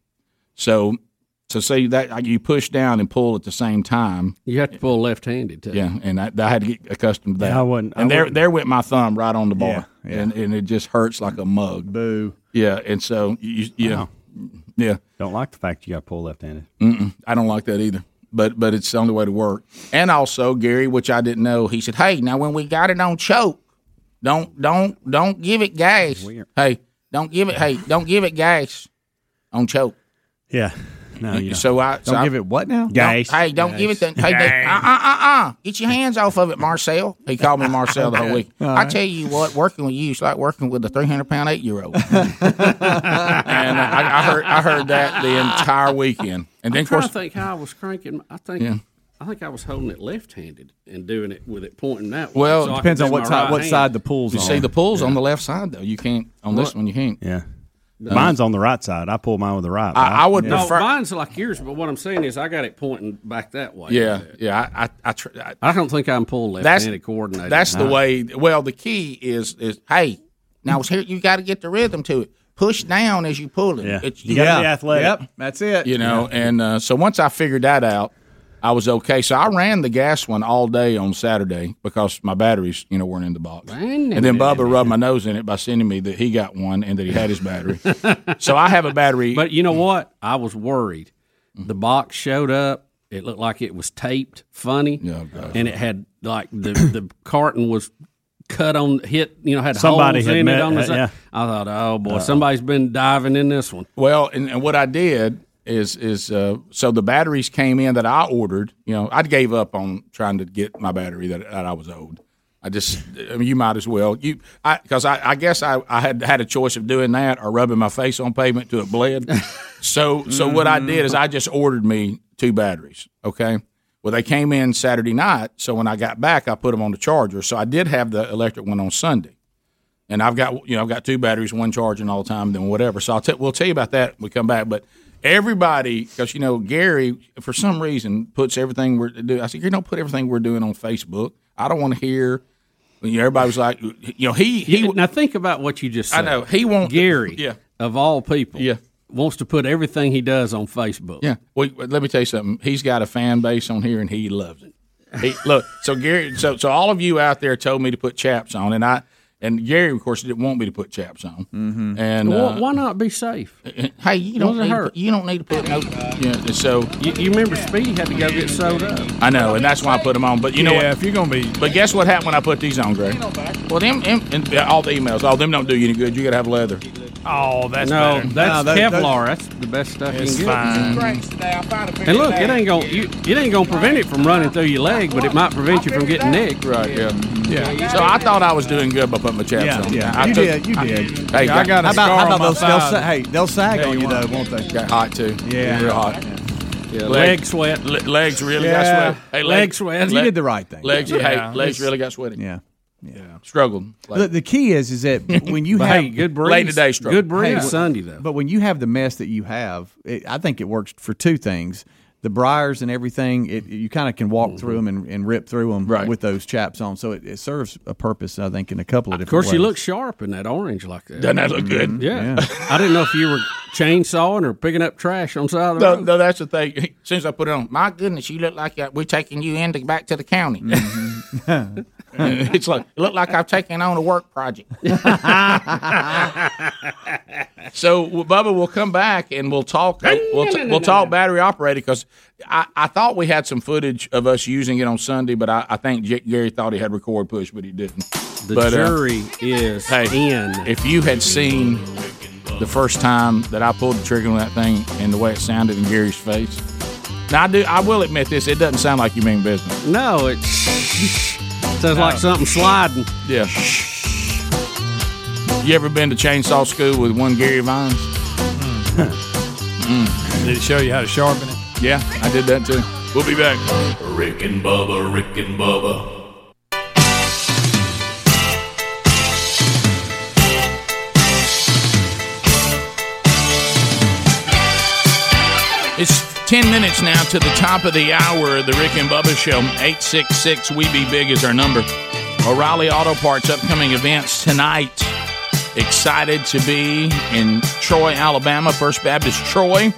So so see that you push down and pull at the same time.
You have to pull left-handed too.
Yeah, and I, I had to get accustomed to that.
Yeah, I wouldn't- I
And there,
wouldn't.
there went my thumb right on the bar,
Yeah, yeah.
And, and it just hurts like a mug.
Boo.
Yeah, and so you, you yeah, yeah.
Don't like the fact you got to pull left-handed.
I don't like that either. But but it's the only way to work. And also Gary, which I didn't know, he said, "Hey, now when we got it on choke, don't don't don't give it gas. Hey, don't give it. Hey, don't give it gas on choke.
Yeah. No, you don't.
So I so
Don't
I,
give it what now?
don't-
Guys.
Hey, don't give it the. Hey, they- uh, uh, uh, uh. Get your hands off of it, Marcel. He called me Marcel the whole week. I tell you what, working with you is like working with a 300 pound eight year old. and I, I heard I heard that the entire weekend. And then,
I'm
of
trying to
course,
think how I was cranking. I think
Yeah.
I think I was holding it left-handed and doing it with it pointing that way.
Well, it
I could
Depends
do
on what
my
side
right
what
hand.
side the pool's
you
on.
see the pull's on the left side, though. You can't, on this one, you can't.
Yeah. Mine's on the right side. I pull mine with the right. but
I, I would
No,
prefer.
mine's like yours, but what I'm saying is I got it pointing back that way.
yeah, yeah. I, I, I, tr- I
I don't think I'm pull left-handed coordinated.
That's the way. Well, the key is is hey, now here you got to get the rhythm to it. Push down as you pull it.
Yeah.
It's,
You gotta be athletic.
Yep, that's it.
you know, and uh, so once I figured that out, I- I was okay. So I ran the gas one all day on Saturday because my batteries, you know, weren't in the box. And then Bubba rubbed my nose in it by sending me that he got one and that he had his battery. so I have a battery.
But you know what? I was worried. The
Mm-hmm.
box showed up. It looked like it was taped funny. and it had like the, the carton was cut on hit, you know, had
Somebody
holes
had
in
met-
it on the
uh,
side.
yeah.
I thought, oh boy,
Uh-oh.
somebody's been diving in this one.
Well, and, and what I did is is uh, so the batteries came in that I ordered. You know, I gave up on trying to get my battery that, that I was owed. I just, I mean, you might as well you I because I, I guess I, I had had a choice of doing that or rubbing my face on pavement till it bled. so so what I did is I just ordered me two batteries. Okay. Well, they came in Saturday night, so when I got back, I put them on the charger. So I did have the electric one on Sunday and I've got you know I've got two batteries, one charging all the time, then whatever. So I'll t- we'll tell you about that when we come back. But everybody, because you know Gary, for some reason, puts everything we're doing. I said, you don't put everything we're doing on Facebook. I don't want to hear. You know, everybody was like, you know, he he.
now think about what you just said.
I know he won't.
Gary,
Yeah.
of all people,
yeah,
wants to put everything he does on Facebook.
Yeah. Well, let me tell you something. He's got a fan base on here, and he loves it. He, look, so Gary, so so all of you out there told me to put chaps on, and I and Gary, of course, didn't want me to put chaps on, mm-hmm. and
why,
uh,
why not be safe?
Hey, you don't
Doesn't
need to
hurt.
put- you don't need to put no. Yeah, so
you, you remember Speedy had to go get sewed up.
I know, and that's why I put them on. But you know
Yeah,
what? If you're gonna be, but guess what happened when I put these on, Greg? Well, them, them and all the emails, all them don't do you any good. You gotta have leather.
Oh, that's
no,
better.
that's
No, that-
Kevlar. That's the best stuff you
It's
can get.
fine.
And look, it ain't gonna you, it ain't gonna prevent it from running through your leg, but it might prevent you from getting nicked.
Right? Yeah. Yeah. So I thought I was doing good by putting my chaps
Yeah,
on.
yeah.
I
You
took-
did, you
I-
did.
Hey,
Yeah, I got a
how about-
scar
how
on
about
my
those-
thigh.
they'll sa-
Hey, they'll sag
Tell
on you,
what.
though, won't they?
Got hot too.
Yeah.
real hot. Yeah,
Leg sweat.
Le- legs really
Yeah.
got sweat. Hey,
Leg sweat. You
le-
did the right thing.
Legs,
Yeah.
hey, legs
It's-
really got sweaty.
Yeah.
yeah. Struggled.
The, the key is is that when you
But
have
hey, good breeze- Late in the day struggle. good breeze Sunday,
though.
But when you have the mess that you have, it, I think it works for two things: the briars and everything. It, you kind of can walk through 'em through them and, and rip through them with those chaps on. So it, it serves a purpose, I think, in a couple of
Of
different.
course, you
ways.
look sharp in that orange like that.
Doesn't that look good? Mhm.
Yeah. I didn't know if you were chainsawing or picking up trash on the side of the
No,
road.
no, that's the thing. As soon as I put it on, my goodness, you look like uh, we're taking you in to, back to the county.
Mm-hmm.
it's like it looked like I've taken on a work project. so well, Bubba, we'll come back and we'll talk. uh, We'll, t- we'll talk battery operated because I, I thought we had some footage of us using it on Sunday, but I, I think J- Gary thought he had record push, but he didn't.
The
but, uh,
jury is in.
if you had seen the first time that I pulled the trigger on that thing and the way it sounded in Gary's face, now I do. I will admit this. It doesn't sound like you mean business.
No, it sounds like something sliding.
Yeah. You ever been to chainsaw school with one Gary Vines? Hmm. Did it show you how to sharpen it? Yeah, I did that too. We'll be back.
Rick and Bubba, Rick and Bubba,
It's 10 minutes now to the top of the hour of the Rick and Bubba Show. 866 We Be Big is our number. O'Reilly Auto Parts upcoming events tonight. Excited to be in Troy, Alabama, First Baptist Troy.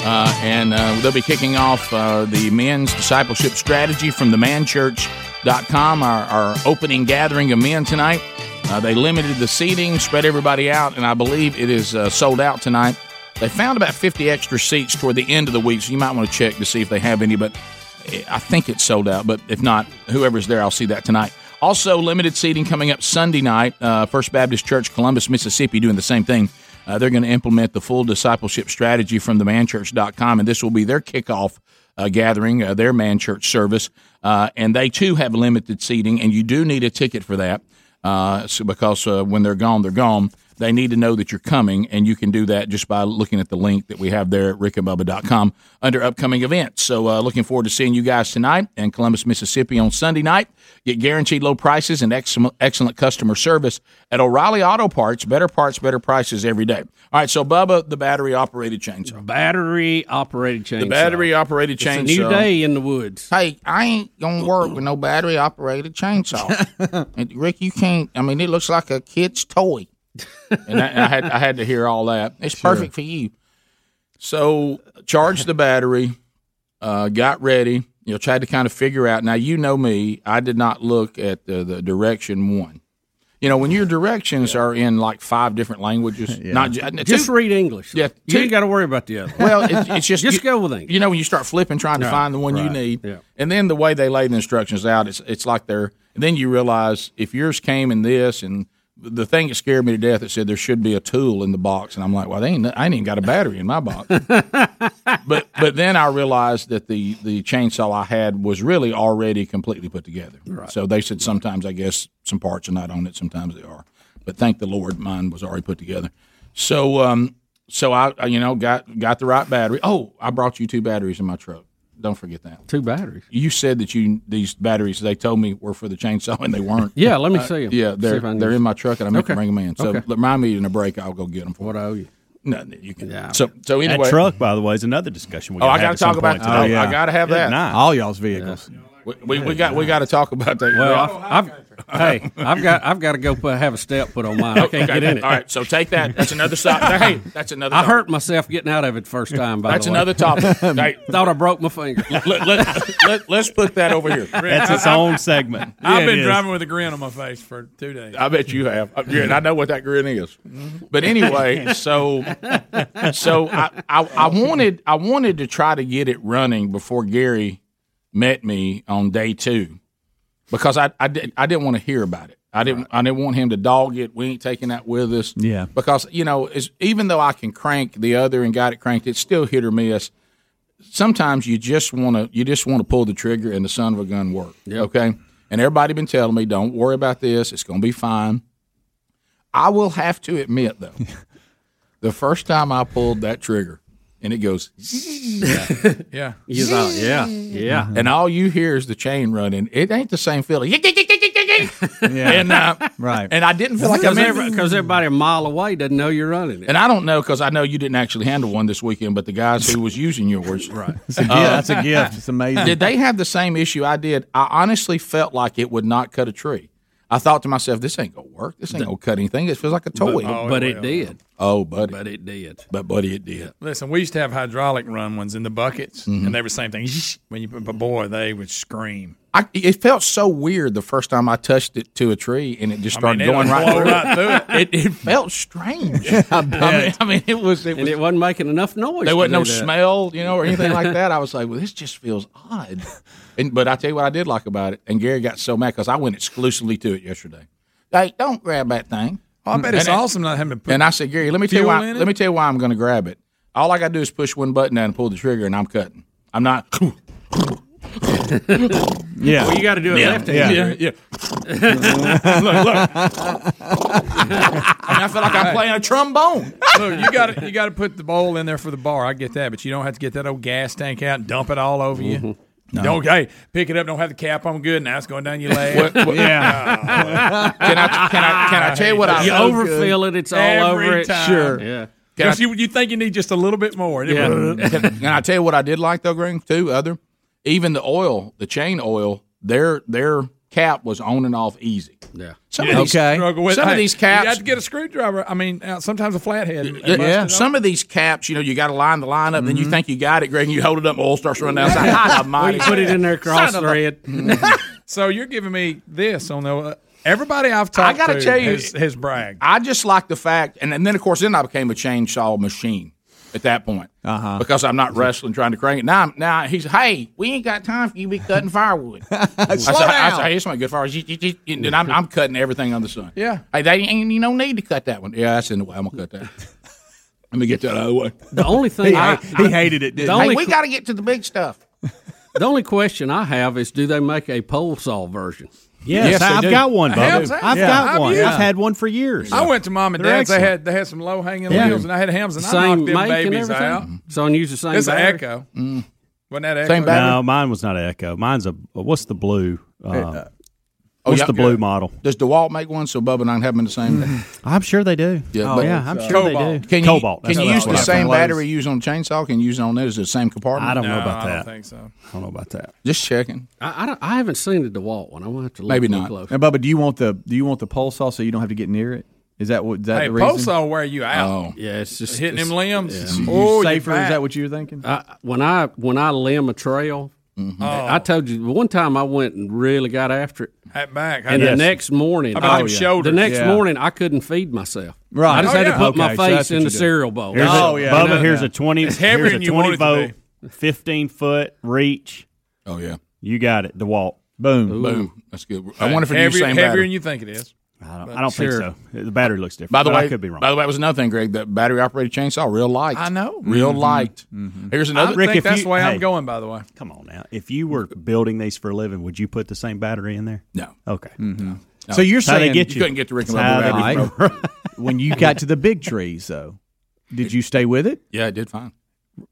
Uh, and uh, they'll be kicking off uh, the men's discipleship strategy from themanchurch.com, our, our opening gathering of men tonight. Uh, they limited the seating, spread everybody out, and I believe it is uh, sold out tonight. They found about 50 extra seats toward the end of the week, so you might want to check to see if they have any, but I think it's sold out. But if not, whoever's there, I'll see that tonight. Also, limited seating coming up Sunday night. Uh, First Baptist Church, Columbus, Mississippi, doing the same thing. Uh, they're going to implement the full discipleship strategy from themanchurch.com, and this will be their kickoff uh, gathering, uh, their man church service. Uh, and they too have limited seating, and you do need a ticket for that uh, so because uh, when they're gone, they're gone. They need to know that you're coming, and you can do that just by looking at the link that we have there at rickandbubba.com under upcoming events. So, uh, looking forward to seeing you guys tonight in Columbus, Mississippi on Sunday night. Get guaranteed low prices and excellent, excellent customer service at O'Reilly Auto Parts. Better parts, better prices every day. All right, so Bubba, the battery operated chainsaw.
Battery operated chainsaw.
The battery operated
It's
chainsaw.
a new day in the woods.
Hey, I ain't gonna work with no battery operated chainsaw. And, Rick, you can't. I mean, it looks like a kid's toy. and I, I had I had to hear all that. It's perfect for you. So charged the battery, uh, got ready, you know, tried to kind of figure out. Now you know me; I did not look at the, the direction one. You know, when your directions are in like five different languages, not ju- uh,
Just
two-
read English.
Yeah,
you ain't got to worry about the other.
Well, it's, it's just
Just
you-
go with English.
You know, when you start flipping, trying to
Right,
find the one you
right,
need,
yeah.
and then the way they lay the instructions out, it's it's like they're. Then you realize if yours came in this and. The thing that scared me to death, it said there should be a tool in the box, and I'm like, well, they ain't, I ain't even got a battery in my box. but but then I realized that the the chainsaw I had was really already completely put together.
Right.
So they said sometimes I guess some parts are not on it, sometimes they are. But thank the Lord, mine was already put together. So um so I I, you know got got the right battery. Oh, I brought you two batteries in my truck. Don't forget that.
Two batteries.
You said that you these batteries they told me were for the chainsaw and they weren't.
Yeah, let me
Uh,
see 'em.
Yeah,
See
they're
if I can
they're
get-
in my truck and I meant
Okay.
to bring them in. So
Okay.
remind me in a break. I'll go get them for
What owe you?
no, no, you can.
Yeah.
So so anyway,
that truck, by the way, is another discussion. We
Oh,
gotta
I got
have
to
at some
talk about.
point
Oh,
today.
I got to have
Good
that.
night.
All y'all's vehicles.
We, we, we got we got to talk about that.
Well, Uh, I've, I've, hey, I've got I've got to go put have a step put on mine. I can't
Okay,
get in it.
All right, so take that. That's another stop. Hey, that's another.
I
topic.
hurt myself getting out of it first time. By
That's
the way.
another topic. Hey,
Thought I broke my finger.
let, let, let, us put that over here.
That's its own segment.
I've
Yeah, it
been
is.
driving with a grin on my face for two days.
I bet you have. Uh, yeah, and I know what that grin is. But anyway, so so I, I, I wanted I wanted to try to get it running before Gary met me on day two because I I, did, I didn't want to hear about it. I didn't I didn't want him to dog it. We ain't taking that with us.
Yeah.
Because you know, it's, even though I can crank the other and got it cranked, it's still hit or miss. Sometimes you just want to you just want to pull the trigger and the son of a gun work. Okay. And everybody been telling me, don't worry about this. It's going to be fine. I will have to admit though, the first time I pulled that trigger and it goes,
Yeah.
He's out. Yeah, yeah.
and all you hear is the chain running. It ain't the same feeling. And uh,
Right.
and I didn't feel like I
Because
meant
everybody a mile away doesn't know you're running it.
And I don't know because I know you didn't actually handle one this weekend, but the guys who was using yours, right?
yeah, that's a gift. It's amazing.
Did they have the same issue I did? I honestly felt like it would not cut a tree. I thought to myself, this ain't gonna work. This ain't gonna cut anything. It feels like a toy. oh,
but it did.
buddy,
But it did.
but buddy, it did.
Listen, we used to have hydraulic run ones in the buckets,
Mm-hmm.
and they were the same thing. When you, but boy, they would scream.
I, it felt so weird the first time I touched it to a tree and it just
I
started
mean, they
going
would
right
blow
through.
right through it.
It, it felt strange. I, mean, I mean, it was. It
And
was
it wasn't making enough
there
noise. to
wasn't
do
no
that.
smell, you know, or anything like that. I was like, well, this just feels odd. And but I tell you what, I did like about it, and Gary got so mad because I went exclusively to it yesterday. Like, don't grab that thing.
Oh, I bet it's awesome not having to put.
And I said, Gary, let me tell you
Fuel
why.
in it?
Let me tell you why I'm going to grab it. All I got to do is push one button down and pull the trigger, and I'm cutting. I'm not.
Yeah.
You got to do it left hand.
yeah, yeah. look, look. and I feel like I'm playing a trombone.
Look, you got to you got to put the bowl in there for the bar. I get that, but you don't have to get that old gas tank out and dump it all over you. Don't hey, pick it up. Don't have the cap on. Good. Now it's going down your leg.
yeah.
Can I? Can I? Can I tell you what I?
You overfill it. It's all
Every
over it.
time.
Sure.
Yeah.
Can I-
Just, you, you think you need just a little bit more. and it would-
can, can I tell you what I did like though, Green? Too other, even the oil, the chain oil, their their cap was on and off easy.
Yeah.
Some
Yeah.
of these,
Okay.
Struggle with,
Some of
hey,
these caps-
You have to get a screwdriver. I mean, uh, sometimes a flathead. and
yeah,
bust it up. Mm-hmm.
some of these caps, you know, you got to line the line up, then you think you got it, Greg, and you hold it up, oil starts running down. It's like, "Ah,
Well,
mighty
you put it in there cross
Son of a-
thread.
So you're giving me this on the. Uh, everybody I've
I
talked
gotta
to
tell you-
has, has bragged.
I just like the fact, and, and then of course, then I became a chainsaw machine at that point uh-huh. because I'm not wrestling trying to crank it. Now, I'm- now he's hey, we ain't got time for you to be cutting firewood. Slow I said, I said, hey, it's my good firewood, and I'm, I'm cutting everything under the sun.
Yeah.
hey, they ain't you no need to cut that one. Yeah, that's in the way. I'm gonna cut that. Let me get that out of the way.
The only thing I,
he hated it, didn't
the
he?
Hey,
only
we
que-
got to get to the big stuff.
the only question I have is, do they make a pole saw version?
Yes,
Yes, they
I've
do.
got one, Bubba.
Hell's yeah.
I've
I've
got one.
used
I've had one for years.
I went to mom and
They're
dad's. They
excellent.
had they had some low hanging
Yeah.
leaves, and I had hams, and I
Same
knocked them
make and
babies
everything.
out.
So and use the same.
It's an
battery?
echo.
Mm.
Wasn't that echo?
Same battery.
No, mine was not an Echo. Mine's a what's the blue? Uh, what's
oh, yeah,
the blue model?
Does DeWalt make one so Bubba and I can have them in the same? Day?
I'm sure they do.
Yeah,
oh,
but- uh,
yeah, I'm sure they
Cobalt.
do.
Can you,
Cobalt.
Can
that's
you
what
use
I
the
was
same
thinking.
battery you use on a chainsaw? Can you use it on that? Is it the same compartment?
I don't know
No,
about
I don't
that.
think so.
I don't know about that.
Just checking.
I, I, don't, I haven't seen the DeWalt one. I'm gonna have to look
Maybe
look
not.
Close.
Now, Bubba, do you want the do you want the pole saw so you don't have to get near it? Is that what is that
Hey,
the reason?
pulse will wear you out.
Oh,
Yeah, it's just
Hitting
it's-
them limbs.
yeah.
Oh,
Safer?
you're
Is
back.
that what you were thinking?
I, when I when I limb a trail, Mm-hmm. Oh. I told you one time I went and really got after it.
At back,
and the next morning,
How about
oh,
them
yeah.
shoulders?
the next
Yeah.
morning I couldn't feed myself.
Right.
I just
Oh,
had
yeah.
to put my
Okay, so
face
that's what
in the
you do.
cereal bowl.
Here's
Oh,
a,
yeah.
Bubba,
No,
here's
no.
a 20,
It's heavier
here's a
than you want
20
it to
volt, 15 foot reach.
Oh, yeah.
You got it, DeWalt.
Boom.
Mm-hmm.
Boom. That's good. I wonder if it used
heavier,
the same
heavier
battery.
than you think it is.
I don't, I don't
Sure.
think so. The battery looks different.
By the
but
way,
I could be wrong.
By the way, it was another thing, Greg. That battery operated chainsaw, real light.
I know.
real light. Here's
I
another.
would
Rick,
think
if
that's
you-
the way
hey.
I'm going. By the way,
Come on now. If you were building these for a living, would you put the same battery in there?
No.
Okay.
So you're
That's how they
saying
get
Mm. you
you.
couldn't get the Rick and
That's
Bubba
how they
battery.
get
get you.
when you got to the big trees, though, did you stay with it?
Yeah, it did fine.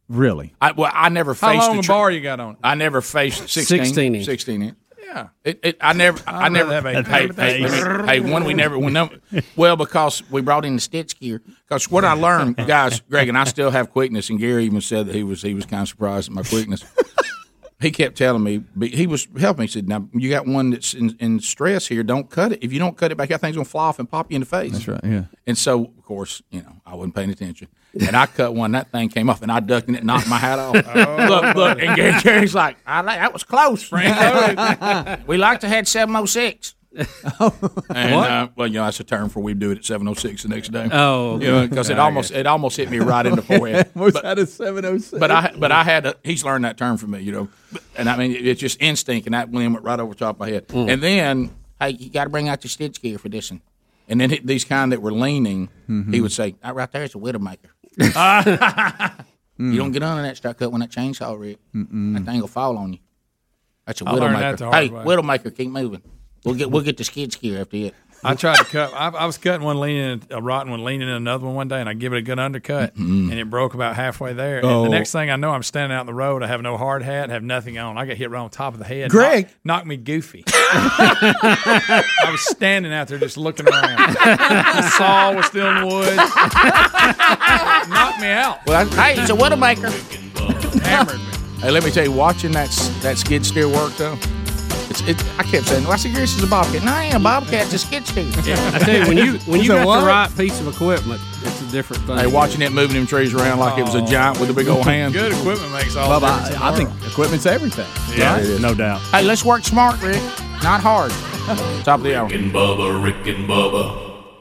Really?
I, well, I never
how
faced
long
the
a
tr-
bar you got on? it?
I never faced 16,
16 inch.
16 inch. Yeah, it, it, I never, I,
I'd
never
rather have a
hey, hey, hey, hey, one we never, we no, well, because we brought in the stitch gear. Because what I learned, guys, Greg and I still have quickness, and Gary even said that he was he was kind of surprised at my quickness. he kept telling me but he was helping. He said, "Now you got one that's in, in stress here. Don't cut it. If you don't cut it back, that thing's gonna fly off and pop you in the face." That's
Right, yeah.
And so, of course, you know, I wasn't paying attention. And I cut one, that thing came off, and I ducked and it knocked my hat off. look, look, and Gary, Gary's like, I, like- that was close. we like to had 706. and, uh, well, you know, that's a term for we do it at 706 the next day.
Oh,
You know, because it almost it almost hit me right in the forehead.
Was that a 706?
But I but I had a, he's learned that term from me, you know. And I mean, it- it's just instinct, and that one went right over the top of my head.
Mm.
And then, hey, you got to bring out your stitch gear for this one. And then hit these kind that were leaning,
Mm-hmm.
he would say, "That right there is a widowmaker. You don't get under that start cut when that chainsaw rip. That thing will fall on you. That's a
I learned that the
widowmaker.
hard
Hey,
way.
widowmaker, keep moving. We'll get we'll get the skid gear after it.
I tried to cut. I, I was cutting one, leaning a rotten one, leaning in another one one day, and I give it a good undercut, and it broke about halfway there. And
Mm-hmm. Oh.
the next thing I know, I'm standing out in the road. I have no hard hat, have nothing on. I got hit right on top of the head.
Greg.
knocked, knocked me goofy. I was standing out there just looking around. the saw was still in the woods. knocked me out.
Well, hey, it's a widowmaker.
Hammered me.
Hey, let me tell you, watching that s- that skid steer work though, it's it. I kept saying, "Well, I said, this is a bobcat." No, I ain't a bobcat. It's a skid steer.
I tell you, when you when you
So
got
what?
the right piece of equipment, it's a different thing.
Hey, watching it moving them trees around like it was a giant with a big old hand.
Good equipment makes all.
Bubba,
the difference in the
I, I think
world.
equipment's everything.
Yeah.
No doubt.
Hey, let's work smart, Rick, not hard. Top of the hour.
Rick and Bubba, Rick and Bubba.